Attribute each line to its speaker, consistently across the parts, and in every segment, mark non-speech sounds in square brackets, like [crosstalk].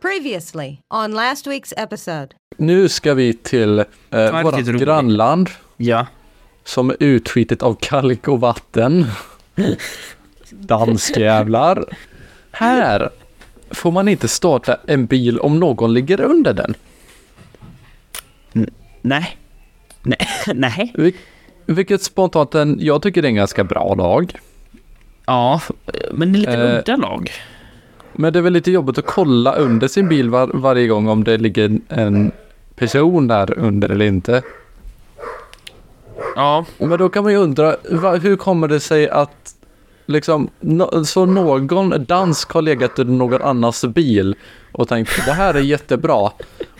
Speaker 1: previously on last week's episode.
Speaker 2: Nu ska vi till eh,
Speaker 3: riktigt
Speaker 2: vårt
Speaker 3: roligt.
Speaker 2: grannland
Speaker 3: Ja.
Speaker 2: som är utskitet av kalk och vatten. Danskjävlar. Här får man inte starta en bil om någon ligger under den.
Speaker 3: Nej. Nej. [laughs] Nej.
Speaker 2: Vil- vilket spontant, en, jag tycker det är en ganska bra lag.
Speaker 3: Ja, men det är lite
Speaker 2: Eh.
Speaker 3: udda lag.
Speaker 2: Men det är väl lite jobbigt att kolla under sin bil var, varje gång om det ligger en person där under eller inte.
Speaker 3: Ja.
Speaker 2: Men då kan man ju undra, va, hur kommer det sig att liksom, nå- så någon dansk har legat under någon annans bil och tänkt det här är jättebra.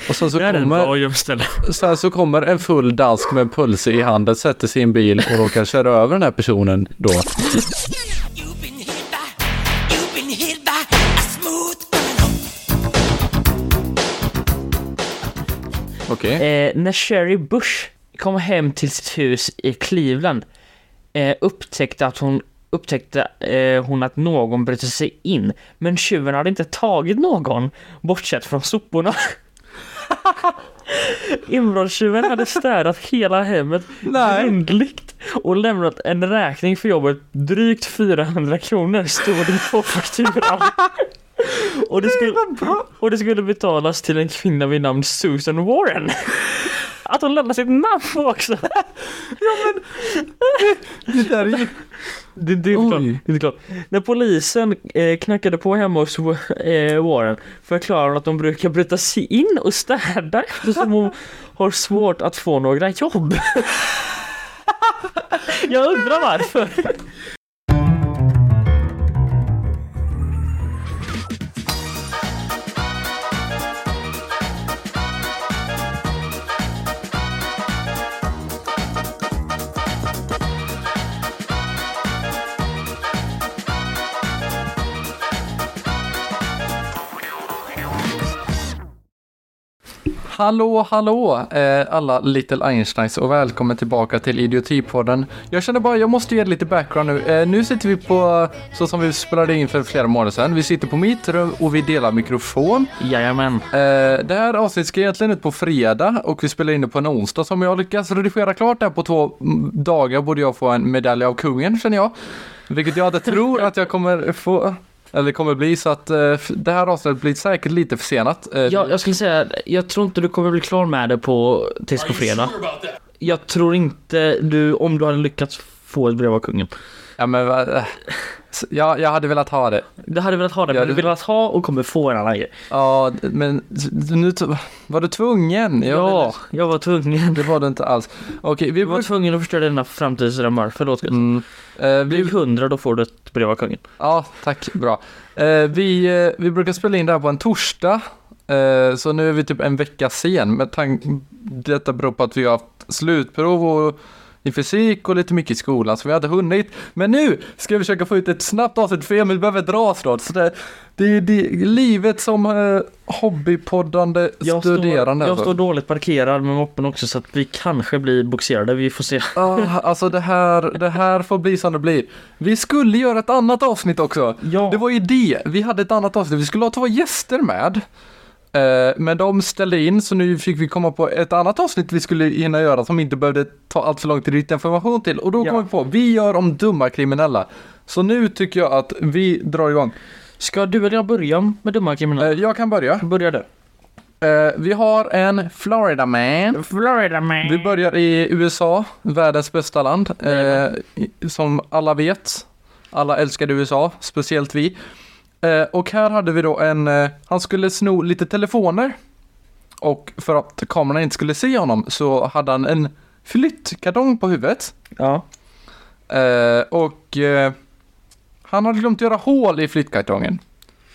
Speaker 2: Och sen så,
Speaker 3: Det är en
Speaker 2: kommer,
Speaker 3: bra gömställe.
Speaker 2: sen så kommer en full dansk med en pulse i handen, sätter sig i en bil och råkar köra över den här personen då.
Speaker 4: You've been hit by, you've been hit by a smooth criminal.
Speaker 2: Okej.
Speaker 3: Eh, när Sherry Bush kom hem till sitt hus i Cleveland eh, upptäckte att hon upptäckte eh, hon att någon bröt sig in, men tjuven hade inte tagit någon, bortsett från soporna. [laughs] Inbrottstjuven hade städat hela hemmet
Speaker 2: Nej.
Speaker 3: grundligt och lämnat en räkning för jobbet drygt 400 kronor stod det på fakturan. Och det, skulle, och det skulle betalas till en kvinna vid namn Susan Warren. Att hon lämnade sitt namn också!
Speaker 2: Det där är ju...
Speaker 3: Det, det, är
Speaker 2: Oj.
Speaker 3: inte klart. det är inte klart. När polisen eh, knackade på hemma hos Wa- eh, Warren förklarade hon att de brukar bryta sig in och städa eftersom hon har svårt att få några jobb. [laughs] Jag undrar varför.
Speaker 2: Hallå, hallå eh, alla Little Einsteins och välkommen tillbaka till Idiotipodden. Jag känner bara, jag måste ge lite background nu. Eh, nu sitter vi på, så som vi spelade in för flera månader sedan, vi sitter på mitt rum och vi delar mikrofon.
Speaker 3: Jajamän.
Speaker 2: Eh, det här avsnittet ska egentligen ut på fredag och vi spelar in det på en onsdag som jag lyckas redigera klart där på två mm, dagar borde jag få en medalj av kungen känner jag. Vilket jag inte tror att jag kommer få. Eller det kommer bli så att eh, f- det här avsnittet blir säkert lite försenat. Eh,
Speaker 3: Jag, jag skulle säga, jag tror inte du kommer bli klar med det på, tills på fredag. Jag tror inte du, om du hade lyckats få ett brev av kungen.
Speaker 2: Ja men va- äh. S- ja, jag hade velat ha det.
Speaker 3: Du hade velat ha det,
Speaker 2: Ja,
Speaker 3: men du
Speaker 2: det-
Speaker 3: velat ha och kommer få en annan grej.
Speaker 2: Ja, d- men s- nu t- var du tvungen? Jag
Speaker 3: Ja,
Speaker 2: ville-
Speaker 3: jag var tvungen.
Speaker 2: Det var du inte alls. Okej, vi
Speaker 3: Du var
Speaker 2: brukar...
Speaker 3: tvungen att förstöra dina framtidsdrömmar. Förlåt Gud.
Speaker 2: Mm. Eh,
Speaker 3: Blir
Speaker 2: vi,
Speaker 3: 100 då får du ett brev av kungen.
Speaker 2: ja, tack, bra. Eh, vi, eh, vi brukar spela in det här på en torsdag, eh, så nu är vi typ en vecka sen. Men tan- detta beror på att vi har haft slutprov och i fysik och lite mycket i skolan, så vi hade hunnit. Men nu ska vi försöka få ut ett snabbt avsnitt, för Emil behöver dra snart. Så det, det är ju det- livet som eh, hobbypoddande
Speaker 3: Jag,
Speaker 2: studerande.
Speaker 3: står, jag
Speaker 2: alltså.
Speaker 3: står dåligt parkerad med moppen också så att vi kanske blir boxerade. Vi får se.
Speaker 2: Ah, alltså det här, det här får bli som det blir. Vi skulle göra ett annat avsnitt också.
Speaker 3: Ja.
Speaker 2: Det var ju det. Vi hade ett annat avsnitt. Vi skulle ha två gäster med. Eh, men de ställde in så nu fick vi komma på ett annat avsnitt vi skulle hinna göra som inte behövde ta allt för lång tid att hitta information till. Och då
Speaker 3: Ja.
Speaker 2: kom vi på, vi gör om dumma kriminella. Så nu tycker jag att vi drar igång.
Speaker 3: Ska du eller jag börja med dumma
Speaker 2: Eh,
Speaker 3: kriminella?
Speaker 2: jag kan börja.
Speaker 3: Börja du.
Speaker 2: Eh, vi har en Florida man.
Speaker 3: Florida man.
Speaker 2: Vi börjar i USA, världens bästa land. Eh, i- som alla vet, alla älskade USA, speciellt vi. Eh, och här hade vi då en, eh, han skulle sno lite telefoner. Och för att kamerorna inte skulle se honom så hade han en flyttkartong på huvudet.
Speaker 3: Ja.
Speaker 2: Eh, och eh, han hade glömt göra hål i flyttkartongen.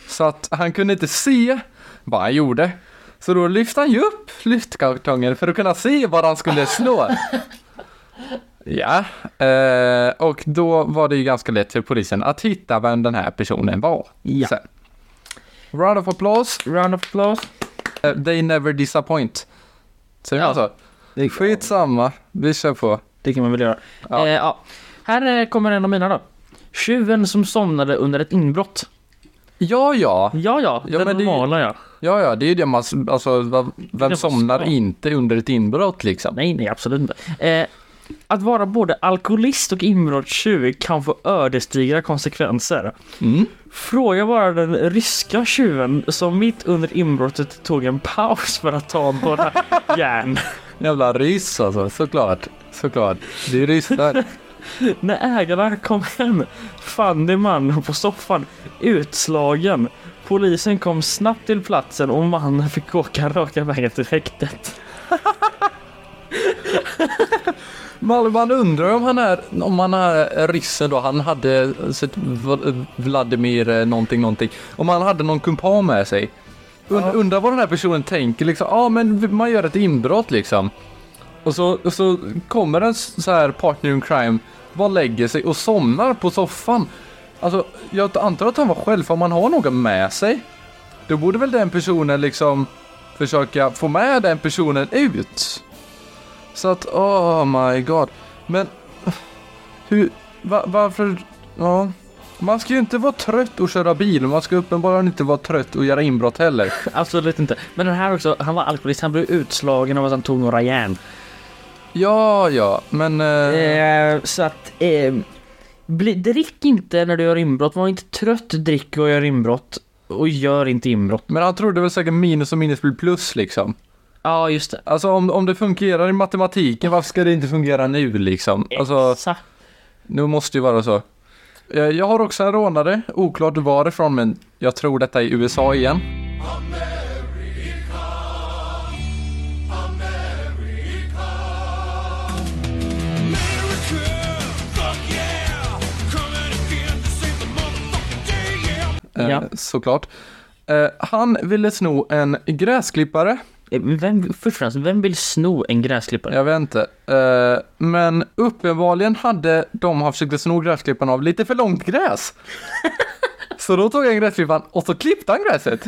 Speaker 2: Så att han kunde inte se vad han gjorde. Så då lyfte han ju upp flyttkartongen för att kunna se vad han skulle
Speaker 3: [laughs]
Speaker 2: slå. Ja, eh, och då var det ju ganska lätt för polisen att hitta vem den här personen var.
Speaker 3: Ja.
Speaker 2: Sen. Round of applause.
Speaker 3: Round of applause.
Speaker 2: Eh, They never disappoint. Säger man
Speaker 3: Ja.
Speaker 2: så?
Speaker 3: Det,
Speaker 2: Skitsamma, vi kör på.
Speaker 3: det kan man väl göra.
Speaker 2: Ja.
Speaker 3: Eh, ja. Här eh, kommer en av mina då. Tjuven som somnade under ett inbrott.
Speaker 2: Ja, ja.
Speaker 3: Ja, ja,
Speaker 2: Ja,
Speaker 3: det
Speaker 2: men det-
Speaker 3: normala ja.
Speaker 2: Ja, ja, det är ju det man, alltså, va- vem
Speaker 3: vad
Speaker 2: somnar
Speaker 3: ska-
Speaker 2: inte under ett inbrott liksom?
Speaker 3: Nej, nej, absolut inte. Eh, att vara både alkoholist och inbrottstjuv kan få ödesdigra konsekvenser.
Speaker 2: Mm.
Speaker 3: Fråga bara den ryska tjuven som mitt under inbrottet tog en paus för att ta [laughs] båda järn.
Speaker 2: Jävla ryss alltså, såklart. Såklart. Det är ryssar.
Speaker 3: När ägarna kom hem fann de mannen på soffan utslagen. Polisen kom snabbt till platsen och mannen fick åka raka vägen till häktet.
Speaker 2: Man, man undrar om han är, om han är ryssen då, han hade sett V- Vladimir eh, någonting, någonting. Om han hade någon kumpan med sig. Und, Undrar vad den här personen tänker liksom, ja ah, men v- man gör ett inbrott liksom. Och så, och så kommer en s- så här partner in crime, bara lägger sig och somnar på soffan. Alltså, jag antar att han var själv, för om man har någon med sig, då borde väl den personen liksom försöka få med den personen ut. Så att, oh my god. Men, hur, va, varför, ja. Man ska ju inte vara trött och köra bil och man ska uppenbarligen inte vara trött och göra inbrott heller.
Speaker 3: Absolut inte. Men den här också, han var alkoholist, han blev utslagen av att han tog några järn.
Speaker 2: Ja, ja, men... Eh,
Speaker 3: Eh, så att... Eh, bli, drick inte när du gör inbrott. Var inte trött, drick och gör inbrott. Och gör inte inbrott.
Speaker 2: men han trodde väl säkert minus och minus blir plus liksom.
Speaker 3: Ja, just det.
Speaker 2: Alltså om, om det fungerar i matematiken, varför ska det inte fungera nu liksom? Alltså,
Speaker 3: Exakt.
Speaker 2: nu måste ju vara så. Eh, Jag har också en rånare, oklart varifrån men jag tror detta är USA igen. Eh,
Speaker 3: Ja.
Speaker 2: Såklart. Eh, han ville sno en gräsklippare.
Speaker 3: Eh, Vem, först och främst, vem vill sno en gräsklippare?
Speaker 2: Jag vet inte. Eh, men uppenbarligen hade de har försökt sno gräsklipparen av lite för långt gräs. så då tog han gräsklipparen och så klippte han gräset.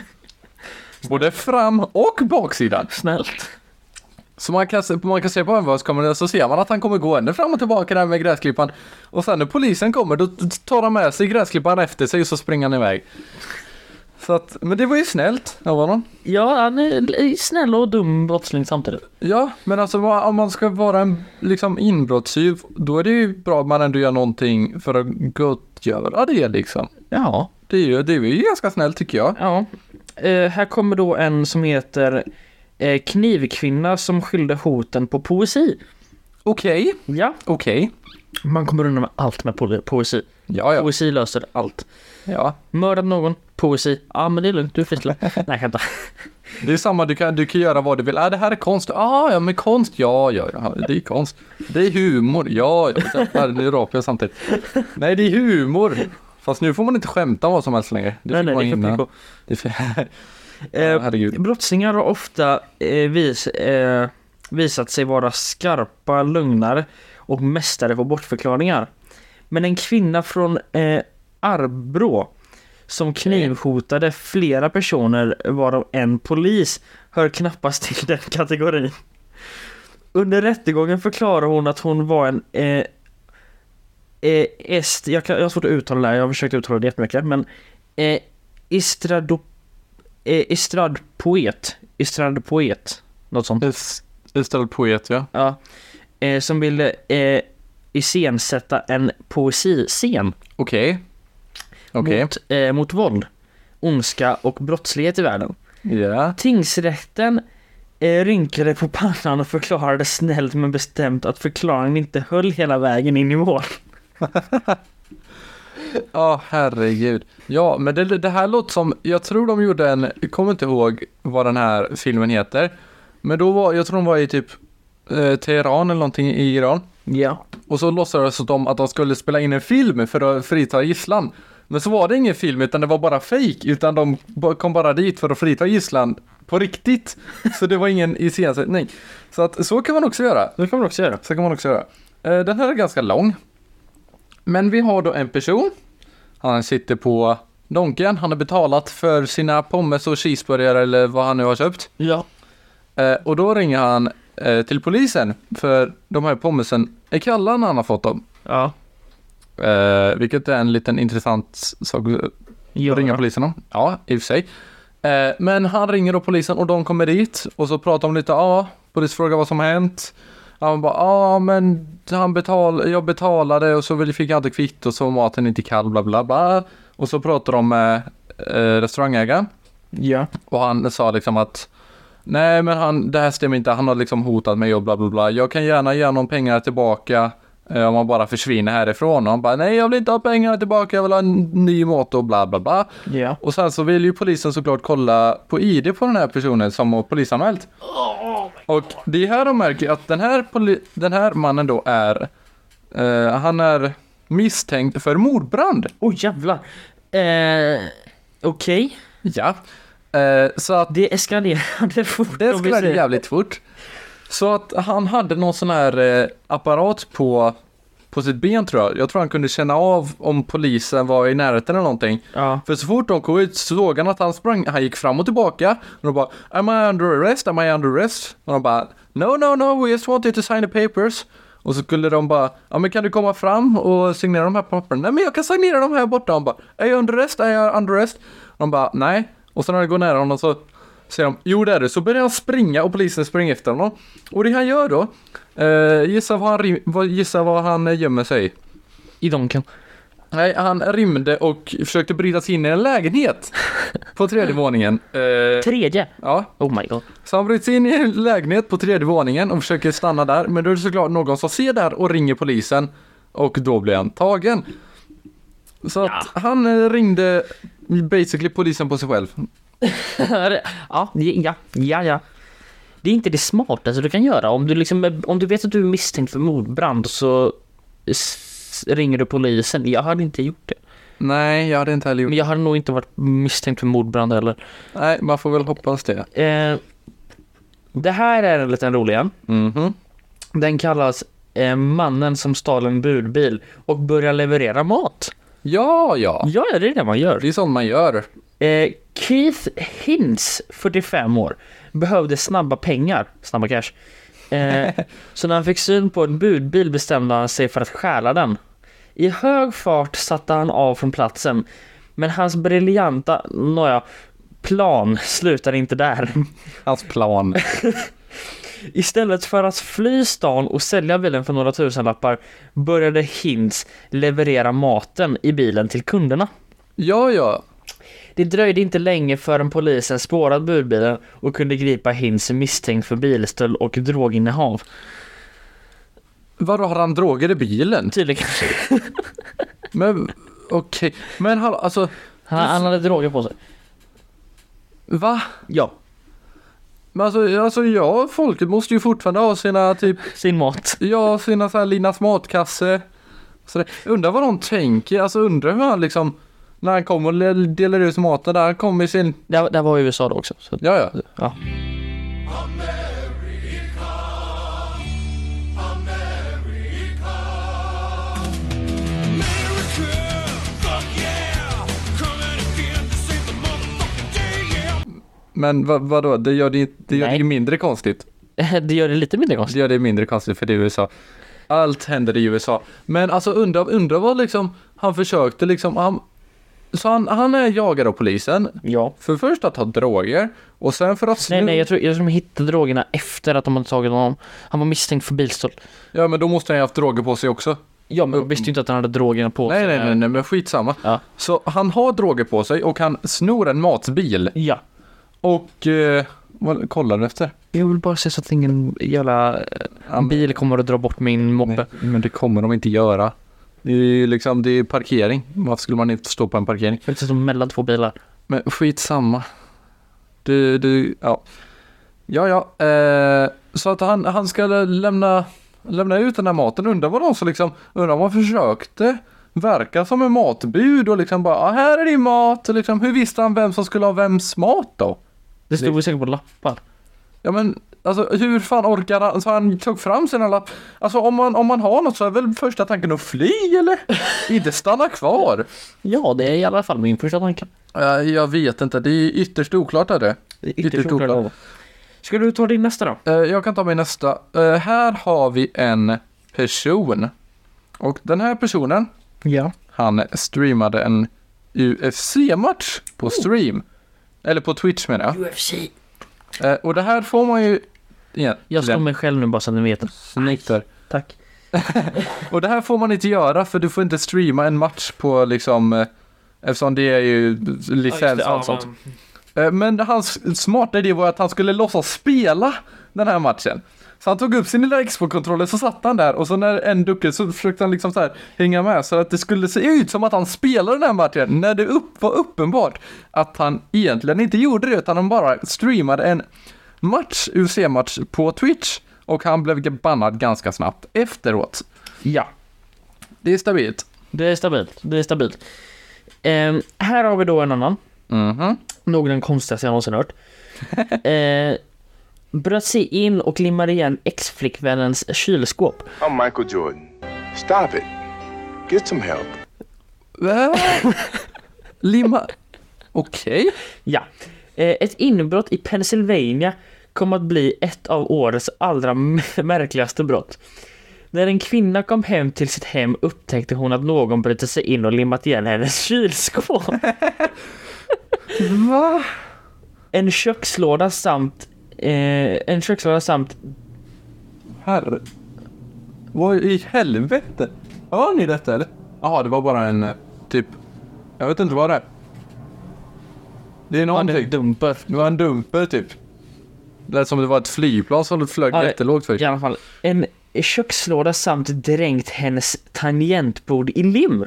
Speaker 2: Både fram och baksidan.
Speaker 3: Snällt.
Speaker 2: Så man kan, se- man kan se på övervakningskameran så ser man att han kommer gå ända fram och tillbaka där med gräsklipparen. Och sen när polisen kommer då tar han med sig gräsklipparen efter sig och så springer han iväg. Så att, men det var ju snällt av honom.
Speaker 3: Ja, han är l- snäll och dum brottsling samtidigt.
Speaker 2: Ja, men alltså va- om man ska vara en liksom inbrottstjuv, då är det ju bra att man ändå gör någonting för att gottgöra det liksom.
Speaker 3: Ja.
Speaker 2: Det är ju, det är ju ganska snällt tycker jag.
Speaker 3: ja. Eh, här kommer då en som heter eh, Knivkvinna som skyllde hoten på poesi.
Speaker 2: Okej,
Speaker 3: Ja.
Speaker 2: okej.
Speaker 3: Man kommer undan med allt med po- poesi.
Speaker 2: Ja, ja,
Speaker 3: Poesi löser allt.
Speaker 2: ja.
Speaker 3: Mördat någon, poesi. Ja ah, men det är lugnt, du
Speaker 2: [laughs]
Speaker 3: är frisläppt. Nej jag skämtar.
Speaker 2: Det är samma, du kan, du kan göra vad du vill. Ah, det här är konst. Ah, ja, men konst, ja, ja, ja, det är konst. Det är humor, ja, ja. Jävlar, Nu rapar jag samtidigt. Nej, det är humor. Fast nu får man inte skämta om vad som helst längre. Det
Speaker 3: Nej,
Speaker 2: fick
Speaker 3: nej,
Speaker 2: man
Speaker 3: det är för
Speaker 2: innan. Det är
Speaker 3: PK.
Speaker 2: för- [laughs]
Speaker 3: Eh,
Speaker 2: Herregud.
Speaker 3: Brottslingar har ofta eh, vis, eh, visat sig vara skarpa lögnare och mästare på bortförklaringar. Men en kvinna från eh, Arbrå som knivhotade flera personer varav en polis hör knappast till den kategorin. Under rättegången förklarar hon att hon var en eh, eh, est, jag, kan, jag har svårt att uttala det här, jag har försökt uttala det jättemycket men eh, Istradop eh, estradpoet, estradpoet, något sånt.
Speaker 2: Est- Estelle Poet, ja.
Speaker 3: Ja. Eh, som ville eh, iscensätta en poesiscen
Speaker 2: Okej. Okej.
Speaker 3: mot, eh, mot våld, ondska och brottslighet i världen.
Speaker 2: Ja.
Speaker 3: Tingsrätten eh, rynkade på pannan och förklarade snällt men bestämt att förklaringen inte höll hela vägen in i mål.
Speaker 2: Ja, herregud. Ja, men det, det här låter som, jag tror de gjorde en, jag kommer inte ihåg vad den här filmen heter. Men då var, jag tror de var i typ eh, Teheran eller någonting i Iran.
Speaker 3: Ja.
Speaker 2: Och så låtsades de att de skulle spela in en film för att frita gisslan. Men så var det ingen film utan det var bara fake utan de ba- kom bara dit för att frita gisslan på riktigt. Så det var ingen iscensättning. Så att så kan man också göra.
Speaker 3: Det kan man också göra.
Speaker 2: Så kan man också göra. Eh, Den här är ganska lång. Men vi har då en person. Han sitter på Donken. Han har betalat för sina pommes och cheeseburgare eller vad han nu har köpt.
Speaker 3: Ja.
Speaker 2: Eh, Och då ringer han eh, till polisen. För de här pommesen är kalla när han har fått dem.
Speaker 3: Ja.
Speaker 2: Eh, vilket är en liten intressant sak
Speaker 3: Ja.
Speaker 2: ringer polisen om. Ja, i och för sig. Eh, men han ringer då polisen och de kommer dit och så pratar de lite, ja, polis frågar vad som hänt. Han bara, ja men han betal, jag betalade och så väl fick jag inte kvitto och så var maten inte kall bla bla bla. Och så pratar de med eh, restaurangägaren.
Speaker 3: Ja.
Speaker 2: Och han sa liksom att Nej men han, det här stämmer inte, han har liksom hotat mig och bla bla bla. Jag kan gärna ge honom pengarna tillbaka eh, om han bara försvinner härifrån. Och han bara nej jag vill inte ha pengarna tillbaka, jag vill ha en ny mat och bla bla bla.
Speaker 3: Ja.
Speaker 2: Och sen så vill ju polisen såklart kolla på ID på den här personen som har polisanmält. och det är här de märker att den här, poli- den här mannen då är, eh, han är misstänkt för mordbrand.
Speaker 3: Åh oh, jävlar. Eh, Okej.
Speaker 2: Ja. Eh, så att
Speaker 3: Det eskalerade fort.
Speaker 2: Det
Speaker 3: om vi
Speaker 2: skulle bli
Speaker 3: säger.
Speaker 2: jävligt fort. Så att han hade någon sån här eh, apparat på, på sitt ben tror jag. Jag tror han kunde känna av om polisen var i närheten eller någonting.
Speaker 3: Ja.
Speaker 2: För så fort de kom ut såg han att han sprang, han gick fram och tillbaka. Och de bara Am I under arrest? Am I under arrest? Och de bara No no no, we just want you to sign the papers. Och så skulle de bara, ja men kan du komma fram och signera de här pappren? Nej men jag kan signera de här borta. Han bara, är jag under arrest? Är jag under arrest? Och de bara, nej. Och sen när det går nära honom så säger de, jo det är du. Så börjar han springa och polisen springer efter honom. Och det han gör då, eh, gissa, var han, rim- vad- gissa var han eh, gömmer sig.
Speaker 3: I donken.
Speaker 2: Nej, han rymde och försökte bryta sig in i en lägenhet på tredje våningen. Eh,
Speaker 3: Tredje.
Speaker 2: ja,
Speaker 3: Oh my god.
Speaker 2: så han bryter sig in i en lägenhet på tredje våningen och försöker stanna där. Men då är det såklart någon som ser där och ringer polisen och då blir han tagen. Så att han eh, ringde basically polisen på sig själv.
Speaker 3: ja, ja, ja, ja. Det är inte det smartaste du kan göra. Om du, liksom, om du vet att du är misstänkt för mordbrand så s- ringer du polisen. Jag hade inte gjort det.
Speaker 2: Nej, jag hade inte heller gjort.
Speaker 3: Men jag hade nog inte varit misstänkt för mordbrand heller.
Speaker 2: Nej, man får väl hoppas det.
Speaker 3: Eh, det här är en liten rolig en.
Speaker 2: Mhm.
Speaker 3: Den kallas eh, Mannen som stal en budbil och börjar leverera mat.
Speaker 2: Ja, ja.
Speaker 3: Ja, det är det man gör.
Speaker 2: Det är sånt man gör.
Speaker 3: Eh, Keith Hintz, 45 år, behövde snabba pengar, snabba cash. Eh, så när han fick syn på en budbil bestämde han sig för att stjäla den. I hög fart satte han av från platsen, men hans briljanta, nåja, plan slutar inte där. [laughs]
Speaker 2: Hans plan.
Speaker 3: Istället för att fly stan och sälja bilen för några tusenlappar började Hintz leverera maten i bilen till kunderna.
Speaker 2: Ja, ja.
Speaker 3: Det dröjde inte länge förrän polisen spårade budbilen och kunde gripa Hintz misstänkt för bilstöld och droginnehav.
Speaker 2: Vadå, har han droger i bilen?
Speaker 3: Tydligen.
Speaker 2: Men okej, men hallå, alltså
Speaker 3: Han, han hade droger på sig.
Speaker 2: va?
Speaker 3: Ja.
Speaker 2: Men alltså, alltså ja, folket måste ju fortfarande ha sina typ,
Speaker 3: Sin mat.
Speaker 2: ja, sina så här Linas matkasse. Så det, undrar vad de tänker, alltså undrar hur han liksom, när han kommer och le- delar ut maten där, han kommer i sin,
Speaker 3: Det, här- det här var i USA då också. Så,
Speaker 2: ja ja.
Speaker 3: ja.
Speaker 2: Men vad, vadå, det gör det, ju- det, gör det
Speaker 3: Nej.
Speaker 2: ju mindre konstigt.
Speaker 3: Det gör det lite mindre
Speaker 2: Det
Speaker 3: konstigt.
Speaker 2: gör det mindre konstigt för det är USA. Allt händer i USA. Men alltså undra, undra vad liksom, han försökte liksom, han, så han, han är jagad av polisen.
Speaker 3: Ja.
Speaker 2: För först att ha droger och sen för att sno.
Speaker 3: Nej, nej, jag tror, jag tror de hittade drogerna efter att de hade tagit honom. Han var misstänkt för bilstöld.
Speaker 2: Ja men då måste han ju haft droger på sig också.
Speaker 3: Ja, men de visste ju inte att han hade drogerna på
Speaker 2: Nej
Speaker 3: sig.
Speaker 2: nej nej, nej men skitsamma.
Speaker 3: Ja.
Speaker 2: Så han har droger på sig och han snor en matbil.
Speaker 3: Ja.
Speaker 2: Och eh, vad kollar du efter?
Speaker 3: Jag vill bara se så att ingen jävla eh,
Speaker 2: men-
Speaker 3: bil kommer att dra bort min moppe.
Speaker 2: Nej, men det kommer de inte göra. Det är ju liksom, det är parkering. Varför skulle man inte stå på en parkering?
Speaker 3: Jag vill se som mellan två bilar.
Speaker 2: Men skitsamma. Du, du, ja. Ja, ja. Eh, så att han, han ska lämna, lämna ut den här maten. Undrar vad de så liksom, undrar vad han försökte verka som en matbud och liksom bara, ah, här är din mat. Och liksom, hur visste han vem som skulle ha vems mat då?
Speaker 3: Det stod
Speaker 2: Det-
Speaker 3: väl säkert på lappar.
Speaker 2: Ja men, alltså hur fan orkar han? Så han tog fram sina lapp. Alltså om man, om man har något så är väl första tanken att fly eller? Inte stanna [laughs] kvar.
Speaker 3: Ja, det är i alla fall min första tanke.
Speaker 2: Eh, jag vet inte, det är ytterst oklart är det. Ytterst oklart.
Speaker 3: oklart. Ska du ta din nästa då?
Speaker 2: Eh, Jag kan ta min nästa. Eh, Här har vi en person. Och den här personen,
Speaker 3: Ja.
Speaker 2: han streamade en UFC-match på stream. Eller på Twitch menar jag.
Speaker 4: UFC.
Speaker 2: Eh, och det här får man ju... Igen,
Speaker 3: Jag slår
Speaker 2: den-
Speaker 3: mig själv nu bara så att ni vet.
Speaker 2: Snyggt där.
Speaker 3: Tack.
Speaker 2: Och det här får man inte göra för du får inte streama en match på liksom... eh, Eftersom det är ju licens och allt sånt. Eh, Men hans smarta idé var att han skulle låtsas spela den här matchen. Så han tog upp sin lilla Xbox-kontroller så satt han där och så när en duckade så försökte han liksom så här hänga med så att det skulle se ut som att han spelade den här matchen när det upp, var uppenbart att han egentligen inte gjorde det utan han bara streamade en match, UFC-match på Twitch och han blev bannad ganska snabbt efteråt.
Speaker 3: Ja.
Speaker 2: Det är stabilt.
Speaker 3: Det är stabilt. Det är stabilt. Ehm, här har vi då en annan.
Speaker 2: Mhm.
Speaker 3: Nog den konstigaste jag någonsin hört. eh, bröt sig in och limmade igen ex-flickvännens kylskåp.
Speaker 5: I'm Michael Jordan. Stop it. Get some help.
Speaker 2: Äh. Limma... Okej.
Speaker 3: Ja. Eh, ett inbrott i Pennsylvania kom att bli ett av årets allra m- [laughs] märkligaste brott. När en kvinna kom hem till sitt hem upptäckte hon att någon brutit sig in och limmat igen hennes [laughs] kylskåp.
Speaker 2: Va?
Speaker 3: En kökslåda samt eh, en kökslåda samt
Speaker 2: Herre... Vad i helvete? Hör ni detta eller? Jaha, det var bara en eh, typ... Jag vet inte vad det är. Det är någonting.
Speaker 3: dumper.
Speaker 2: Det var en dumper typ. Det lät som det var ett flygplan som flög
Speaker 3: Ja, det-
Speaker 2: jättelågt först.
Speaker 3: I alla fall. En kökslåda samt dränkt hennes tangentbord i lim.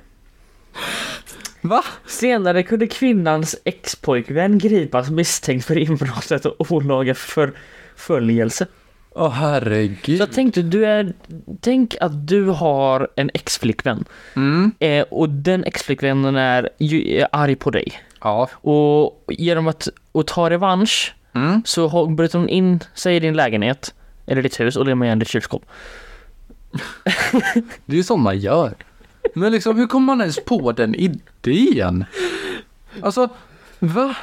Speaker 2: Va?
Speaker 3: Senare kunde kvinnans ex-pojkvän gripas misstänkt för inbrottet och olaga förföljelse.
Speaker 2: Åh
Speaker 3: Så
Speaker 2: herregud.
Speaker 3: jag tänkte, du är, tänk att du har en ex-flickvän
Speaker 2: Mm.
Speaker 3: eh, och den ex-flickvännen är, ju, är arg på dig.
Speaker 2: Ja.
Speaker 3: Och genom att och ta revansch
Speaker 2: Mm.
Speaker 3: så har- bryter hon in sig i din lägenhet eller ditt hus och lämnar igen ditt kylskåp.
Speaker 2: Det är ju sånt man gör. Men liksom hur kommer man ens på den idén? Alltså, va?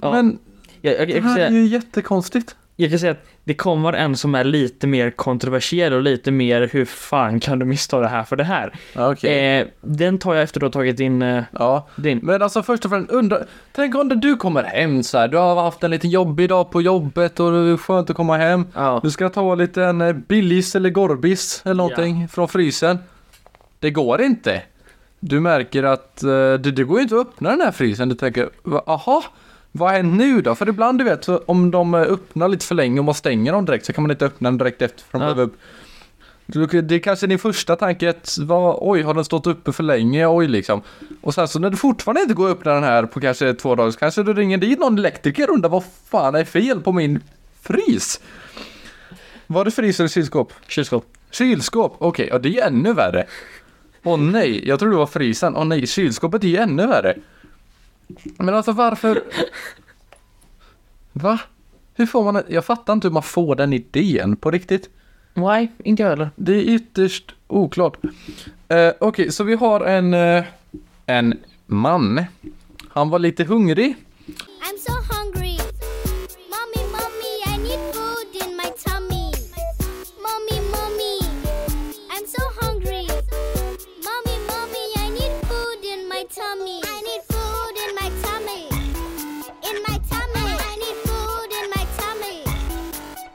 Speaker 3: Ja,
Speaker 2: Men
Speaker 3: Jag, jag,
Speaker 2: det
Speaker 3: jag, kan
Speaker 2: här är
Speaker 3: säga,
Speaker 2: ju jättekonstigt.
Speaker 3: jag kan säga att det kommer en som är lite mer kontroversiell och lite mer hur fan kan du missta det här för det här?
Speaker 2: Okej.
Speaker 3: Eh, den tar jag efter du har tagit din... Eh,
Speaker 2: Ja.
Speaker 3: din.
Speaker 2: Men alltså först och främst, undra, tänk om det du kommer hem så här. du har haft en liten jobbig dag på jobbet och det är skönt att komma hem.
Speaker 3: Ja.
Speaker 2: Du ska ta en liten eh, Billys eller Gorbis eller någonting från frysen. Det går inte. Du märker att eh, det, det går ju inte att öppna den här frysen. Du tänker, va- aha, vad är nu då? För ibland du vet, så om de eh, öppnar lite för länge och man stänger dem direkt så kan man inte öppna den direkt efter för de
Speaker 3: Ja.
Speaker 2: behöver upp. Du- Det är kanske din första tanke, att, vad, oj har den stått uppe för länge, oj liksom. Och sen så när det fortfarande inte går att öppna den här på kanske två dagar så kanske du ringer dit någon elektriker och undrar vad fan är fel på min frys? Var det frys eller kylskåp?
Speaker 3: Kylskåp.
Speaker 2: Kylskåp, okej, ja det är ju ännu värre. Åh nej, jag tror det var frysen. Åh nej, kylskåpet är ju ännu värre. Men alltså varför? Va? Hur får man en... Jag fattar inte hur man får den idén på riktigt.
Speaker 3: Nej, inte jag heller.
Speaker 2: Det är ytterst oklart. Eh, Okej, så vi har en, eh, en man. Han var lite hungrig.
Speaker 6: I'm so hungry. Mommy, mommy, I need food in my tummy. Mommy, mommy, I'm so hungry. Mommy, mommy, I need food in my tummy. I need food in my tummy. In my tummy, I need food in my tummy.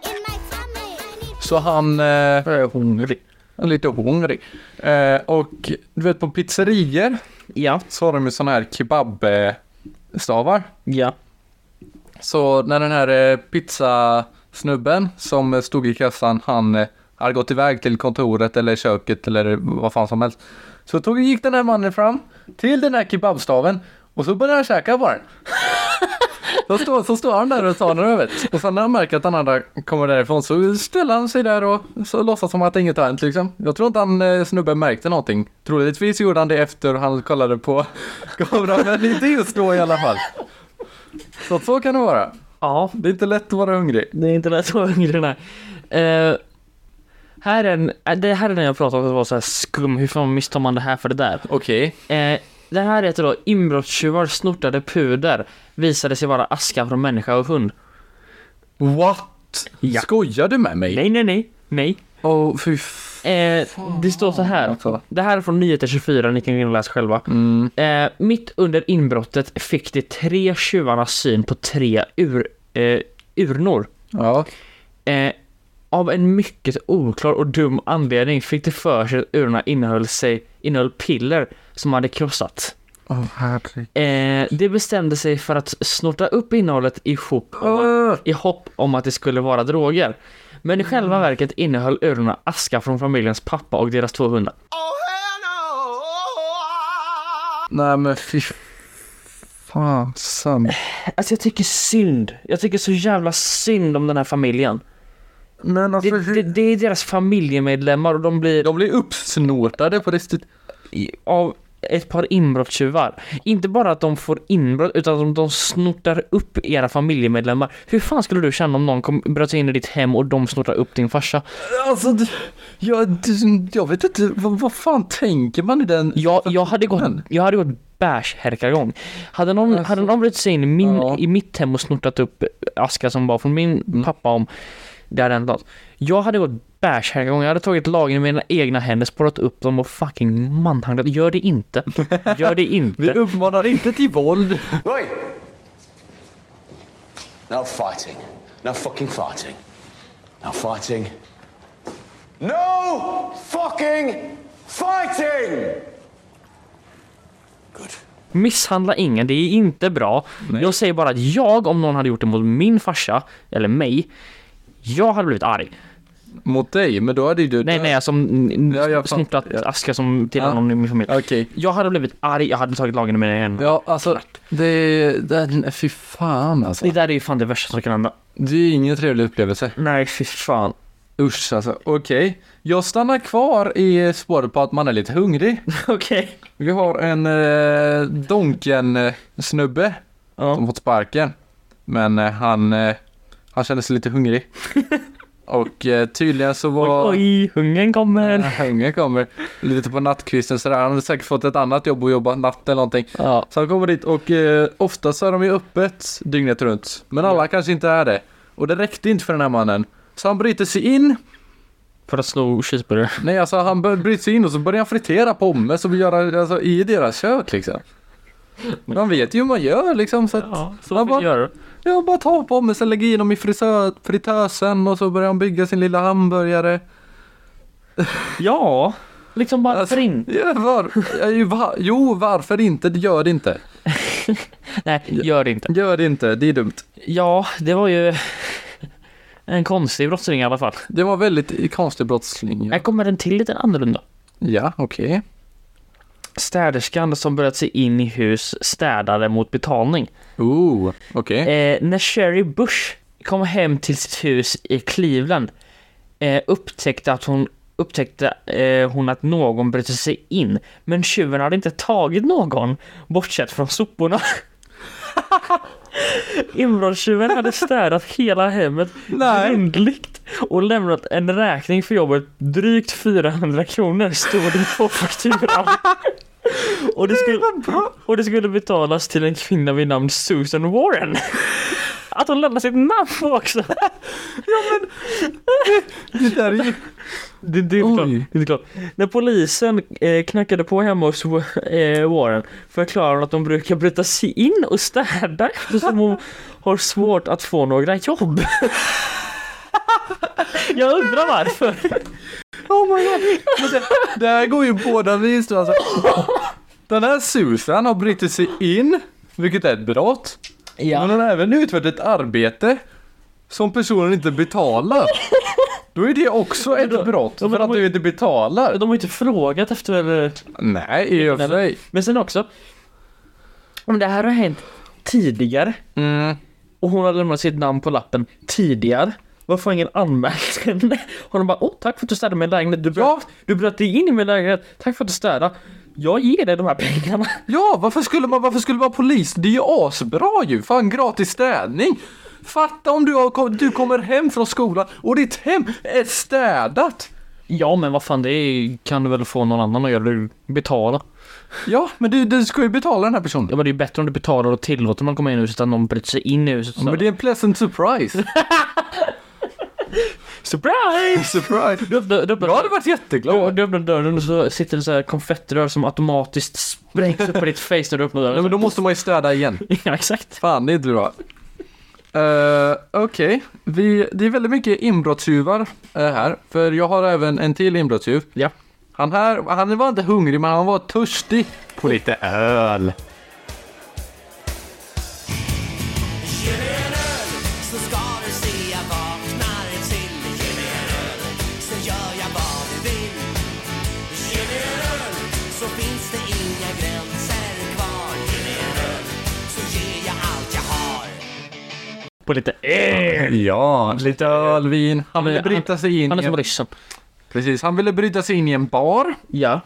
Speaker 6: In my tummy, I need
Speaker 2: Så han... Eh,
Speaker 3: Jag är hungrig.
Speaker 2: han är lite hungrig. Eh, och du vet på pizzerier
Speaker 3: Ja,
Speaker 2: så har de ju sådana här kebabstavar.
Speaker 3: ja.
Speaker 2: Så när den här eh, pizzasnubben som eh, stod i kassan, han eh, hade gått iväg till kontoret eller köket eller vad fan som helst. Så tog, gick den här mannen fram till den här kebabstaven och så började han käka på den. Så står, så står han där och tar den över. Och sen när han märker att den andra kommer därifrån så ställer han sig där och så låtsas som att inget har hänt liksom. Jag tror inte han eh, snubben märkte någonting. Troligtvis gjorde han det efter han kollade på [laughs] kameran, men inte just då i alla fall. Så att så kan det vara.
Speaker 3: Ja,
Speaker 2: Det är inte lätt att vara hungrig.
Speaker 3: det är inte lätt att vara hungrig nej. Eh, här är en, eh, det här är den jag pratade om, det var så här skum, hur fan misstar man det här för det där?
Speaker 2: Okej.
Speaker 3: Eh, den här heter då Inbrottstjuvar snortade puder visade sig vara aska från människa och hund.
Speaker 2: What?
Speaker 3: Ja.
Speaker 2: Skojar du med mig?
Speaker 3: Nej, nej, nej, nej.
Speaker 2: Åh, fy fan
Speaker 3: Eh, det står så här.
Speaker 2: också.
Speaker 3: Det här är från Nyheter 24, ni kan gå in och läsa själva.
Speaker 2: Mm.
Speaker 3: Eh, mitt under inbrottet fick de tre tjuvarnas syn på tre ur, eh, urnor.
Speaker 2: Ja.
Speaker 3: Eh, av en mycket oklar och dum anledning fick de för sig att urnorna innehöll, sig, innehöll piller som hade krossat.
Speaker 2: Åh, herregud.
Speaker 3: Eh, de bestämde sig för att snorta upp innehållet ihop
Speaker 2: Åh,
Speaker 3: i hopp om att det skulle vara droger. Men i själva
Speaker 2: Mm.
Speaker 3: verket innehöll urnorna aska från familjens pappa och deras två hundar.
Speaker 7: Oh,
Speaker 2: Nej men fy fan. Sam.
Speaker 3: Alltså jag tycker synd. Jag tycker så jävla synd om den här familjen.
Speaker 2: Men
Speaker 3: Det,
Speaker 2: alltså
Speaker 3: det, det är deras familjemedlemmar och de blir
Speaker 2: De blir uppsnortade på riktigt.
Speaker 3: i- av ett par inbrottstjuvar. Inte bara att de får inbrott utan att de, de snortar upp era familjemedlemmar. Hur fan skulle du känna om någon kom, bröt sig in i ditt hem och de snortar upp din farsa?
Speaker 2: Alltså, du- jag, du- jag vet inte, vad, vad fan tänker man i den?
Speaker 3: Jag, jag hade gått,
Speaker 2: Men-
Speaker 3: jag hade gått bärshärkargång. Hade någon, hade någon brutit sig in i, min,
Speaker 2: Ja.
Speaker 3: i mitt hem och snortat upp aska som var från min pappa om det hade hänt något. Jag hade gått bärshärkargång. Jag hade tagit lagen i mina egna händer, spårat upp dem och fucking manhandlat. Gör det inte.
Speaker 2: [laughs]
Speaker 3: Gör det
Speaker 2: Vi
Speaker 3: inte.
Speaker 2: uppmanar inte till våld.
Speaker 8: Oi! No fighting. No fucking fighting. No fighting. No fucking fighting! Good.
Speaker 3: Misshandla ingen. Det är inte bra.
Speaker 2: Nej.
Speaker 3: Jag säger bara att jag, om någon hade gjort det mot min farsa, eller mig, jag hade blivit arg.
Speaker 2: Mot dig, men då hade ju du...
Speaker 3: Nej, nej, alltså mm,
Speaker 2: Ja, jag fatt-
Speaker 3: snortat
Speaker 2: ja.
Speaker 3: aska som till
Speaker 2: Ja.
Speaker 3: någon i min familj.
Speaker 2: Okej.
Speaker 3: Jag hade blivit arg, jag hade tagit lagen i mina händer.
Speaker 2: Ja, alltså, det, den, fy fan alltså.
Speaker 3: Det där är ju fan det värsta som kan hända.
Speaker 2: Det är ingen trevlig upplevelse.
Speaker 3: Nej,
Speaker 2: [laughs]
Speaker 3: fy fan.
Speaker 2: Usch alltså, okej. Jag stannar kvar i spåret på att man är lite hungrig.
Speaker 3: Okej.
Speaker 2: Vi har en eh, Donken-snubbe som
Speaker 3: Ja.
Speaker 2: fått sparken. Men eh, han, eh, han kände sig lite
Speaker 3: [laughs]
Speaker 2: hungrig. Och eh, tydligen så var...
Speaker 3: Oj, hungern kommer.
Speaker 2: Hungern kommer. Lite på nattkvisten sådär. Han hade säkert fått ett annat jobb och jobba natt eller någonting.
Speaker 3: Ja.
Speaker 2: Så han kommer dit och eh, ofta så är de ju öppet dygnet runt. Men alla kanske inte är det. Och det räckte inte för den här mannen. Så han bryter sig in.
Speaker 3: För att slå cheeseburgare.
Speaker 2: Nej alltså han bör- bryter sig in och så börjar han fritera pommes och göra alltså, i deras kök liksom. Man vet ju hur man gör liksom så att
Speaker 3: Ja, [laughs] så
Speaker 2: man
Speaker 3: varför
Speaker 2: bara,
Speaker 3: gör du?
Speaker 2: jag bara tar pommesen, lägger i dem i frisör, fritösen och så börjar han bygga sin lilla hamburgare.
Speaker 3: Ja, liksom bara
Speaker 2: Alltså-
Speaker 3: för in.
Speaker 2: Ja, var, ja, ju, va, jo, varför inte? Det Gör det inte.
Speaker 3: Nej, gör det inte.
Speaker 2: Gör det inte, det är dumt.
Speaker 3: Ja, det var ju en konstig brottsling i alla fall.
Speaker 2: Det var väldigt konstig brottsling. Ja,
Speaker 3: Här kommer den till lite annorlunda.
Speaker 2: ja okej.
Speaker 3: Städerskan som bröt sig in i hus städade mot betalning.
Speaker 2: Ooh, okej.
Speaker 3: Eh, när Sherry Bush kom hem till sitt hus i Cleveland eh, upptäckte att hon upptäckte eh, hon att någon bröt sig in, men tjuven hade inte tagit någon, bortsett från soporna. [laughs] Inbrottstjuven hade städat hela hemmet
Speaker 2: Nej.
Speaker 3: grundligt och lämnat en räkning för jobbet drygt 400 kronor stod det på fakturan. Och det, skulle, och det skulle betalas till en kvinna vid namn Susan Warren. Att hon lämnade sitt namn också!
Speaker 2: Det där är ju...
Speaker 3: Det, det, är inte klart.
Speaker 2: Oj.
Speaker 3: det är inte klart. När polisen eh, knackade på hemma hos Wa- eh, Warren förklarade hon att de brukar bryta sig in och städa eftersom hon har svårt att få några jobb. [laughs] Jag undrar varför.
Speaker 2: Oh my god. Men Det, det här går ju båda vis då alltså. Den här Susan har brutit sig in, vilket är ett brott. Men hon har även utfört ett arbete som personen inte betalar. Då är det också ett brott,
Speaker 3: Ja, men
Speaker 2: för
Speaker 3: de
Speaker 2: att
Speaker 3: har-
Speaker 2: du inte betalar.
Speaker 3: De har inte frågat efter... eh,
Speaker 2: Nej, i och för sig.
Speaker 3: Men sen också. Om det här har hänt tidigare
Speaker 2: Mm.
Speaker 3: och hon har lämnat sitt namn på lappen tidigare. Varför har ingen anmält [laughs] henne? Har de bara åh tack för att du städade min lägenhet. Du bröt,
Speaker 2: Ja.
Speaker 3: du bröt dig in i min lägenhet. Tack för att du städade. Jag ger dig de här pengarna. [laughs]
Speaker 2: Ja, varför skulle man, varför skulle man vara polis? Det är ju asbra ju! Fan, gratis städning! Fatta om du, har, kom- du kommer hem från skolan och ditt hem är städat!
Speaker 3: Ja men vad fan det är, kan du väl få någon annan att göra. Du betala.
Speaker 2: Ja, men du, du ska ju betala den här personen.
Speaker 3: Ja men det är ju bättre om du betalar och tillåter man komma in i huset än någon bryter sig in i huset. [laughs]
Speaker 2: Ja, men det är en pleasant surprise.
Speaker 3: Surprise!
Speaker 2: Surprise!
Speaker 3: Du öppnar, du öppnar,
Speaker 2: Jag hade varit
Speaker 3: du,
Speaker 2: jätteglad.
Speaker 3: du öppnar dörren och så sitter det så här konfettirör som automatiskt sprängs upp på ditt face när du öppnar
Speaker 2: Nej
Speaker 3: dörren.
Speaker 2: men då måste man ju städa igen.
Speaker 3: [laughs] Ja, exakt.
Speaker 2: Fan, det är inte bra. Eh, Okej, Vi- det är väldigt mycket inbrottstjuvar eh, här. För jag har även en till inbrottstjuv.
Speaker 3: Ja.
Speaker 2: Han här, han var inte hungrig men han var törstig.
Speaker 9: På lite öl.
Speaker 4: Så ska du se jag vaknar till Ge mig en öl Så gör jag vad du vill Ge mig en öl Så finns det inga gränser kvar Ge mig en öl Så ger jag allt jag har
Speaker 3: På lite eh.
Speaker 9: Ja,
Speaker 2: Lite öl, vin. Han ville
Speaker 3: Men han-
Speaker 2: bryta sig in.
Speaker 3: Han är
Speaker 2: i en,
Speaker 3: som ryssen.
Speaker 2: precis, han ville bryta sig in i en bar.
Speaker 3: Ja.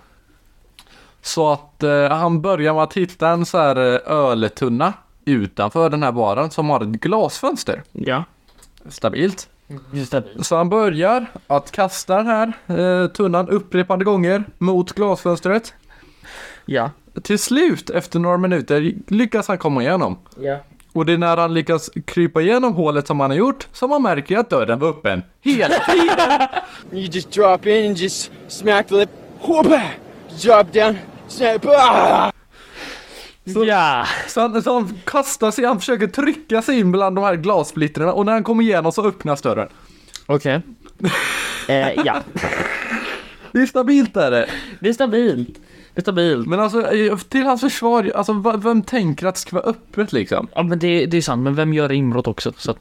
Speaker 2: Så att eh, han börjar med att hitta en så här eh, öltunna utanför den här baren som har ett glasfönster.
Speaker 3: Ja.
Speaker 2: Stabilt.
Speaker 3: Just det.
Speaker 2: Så han börjar att kasta den här eh, tunnan upprepade gånger mot glasfönstret.
Speaker 3: Ja.
Speaker 2: Till slut, efter några minuter, lyckas han komma igenom.
Speaker 3: Ja.
Speaker 2: Och det är när han lyckas krypa igenom hålet som han har gjort som man märker att dörren var öppen. Hela tiden!
Speaker 10: You just drop in and just smack the lip. Whoopah! Drop down. Snap. Ah!
Speaker 3: Ja.
Speaker 2: Så han, så han kastar sig, han försöker trycka sig in bland de här glassplittrarna och när han kommer igenom så öppnas dörren.
Speaker 3: Okej. Eh, ja.
Speaker 2: Det är stabilt där det.
Speaker 3: Det är stabilt. Det är stabilt.
Speaker 2: Men alltså, eh, till hans försvar, alltså va- vem tänker att det ska vara öppet liksom?
Speaker 3: Ja men det, det är sant, men vem gör inbrott också? Så att,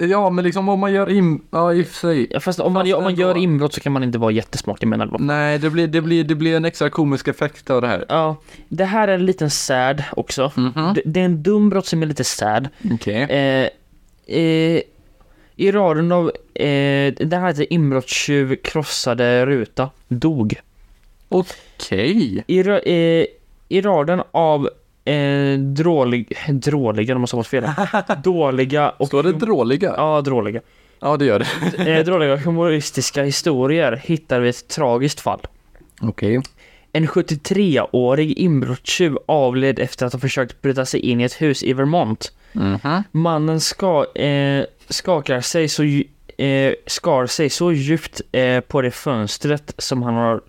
Speaker 2: Ja, men liksom om man gör in... Ja, i och för sig.
Speaker 3: ja, fast om man,
Speaker 2: Fast
Speaker 3: om man
Speaker 2: ändå.
Speaker 3: gör inbrott så kan man inte vara jättesmart, jag menar det bara.
Speaker 2: Nej, det blir, det blir, det blir en extra komisk effekt av det här.
Speaker 3: Ja, det här är en liten sad också. det, det är en dum brott som är lite sad.
Speaker 2: Okej.
Speaker 3: Eh, eh, I raden av, eh, den här heter inbrottstjuv krossade ruta, dog.
Speaker 2: Okej.
Speaker 3: I, ra- eh, i raden av eh, drålig, dråliga, de måste ha fått fel här. Dåliga och...
Speaker 2: Står det dråliga?
Speaker 3: Ja, dråliga.
Speaker 2: Ja, det gör det.
Speaker 3: [laughs] Eh, dråliga humoristiska historier hittar vi ett tragiskt fall.
Speaker 2: Okej.
Speaker 3: En 73-årig inbrottstjuv avled efter att ha försökt bryta sig in i ett hus i Vermont. Mannen ska, eh, skakar sig så, dju- eh, skar sig så djupt eh, på det fönstret som han har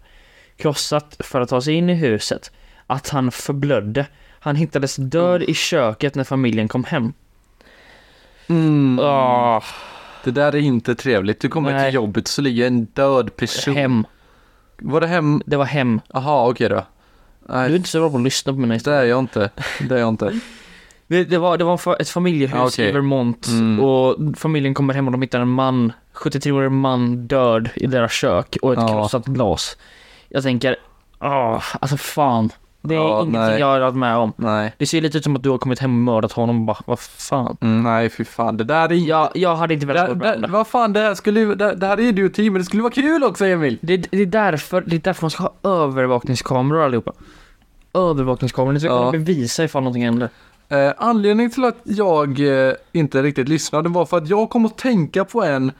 Speaker 3: krossat för att ta sig in i huset att han förblödde. Han hittades död i köket när familjen kom hem.
Speaker 2: Mm.
Speaker 3: Ah,
Speaker 2: Det där är inte trevligt. Du kommer
Speaker 3: Nej.
Speaker 2: till jobbet så ligger en död person.
Speaker 3: hem.
Speaker 2: Var det hem?
Speaker 3: Det var hem.
Speaker 2: Aha, okej då.
Speaker 3: Du är
Speaker 2: Nej,
Speaker 3: inte så bra på att lyssna på mina
Speaker 2: det
Speaker 3: historier.
Speaker 2: är jag inte. Det är jag inte.
Speaker 3: Det, det var, det var fa- ett familjehus
Speaker 2: Ah, okej.
Speaker 3: i Vermont
Speaker 2: Mm.
Speaker 3: och familjen kommer hem och de hittar en man, 73-årig man död i deras kök och ett
Speaker 2: Ja.
Speaker 3: krossat glas. Jag tänker, ah, alltså fan. Det är
Speaker 2: Ja,
Speaker 3: ingenting
Speaker 2: nej.
Speaker 3: jag har varit med om.
Speaker 2: Nej.
Speaker 3: Det ser lite ut som att du har kommit hem och mördat honom och bara, vad fan.
Speaker 2: Mm, nej, fy fan. Det där är...
Speaker 3: Jag, jag hade inte
Speaker 2: Det,
Speaker 3: velat
Speaker 2: där-
Speaker 3: vara med om
Speaker 2: där-
Speaker 3: det.
Speaker 2: vad fan, det här skulle ju- det, det här är idioti, men det skulle vara kul också Emil!
Speaker 3: Det, det, är därför, det är därför man ska ha övervakningskameror allihopa. Övervakningskameror, ni ska
Speaker 2: Ja.
Speaker 3: kunna bevisa ifall någonting händer.
Speaker 2: Eh, anledningen till att jag eh, inte riktigt lyssnade var för att jag kom att tänka på en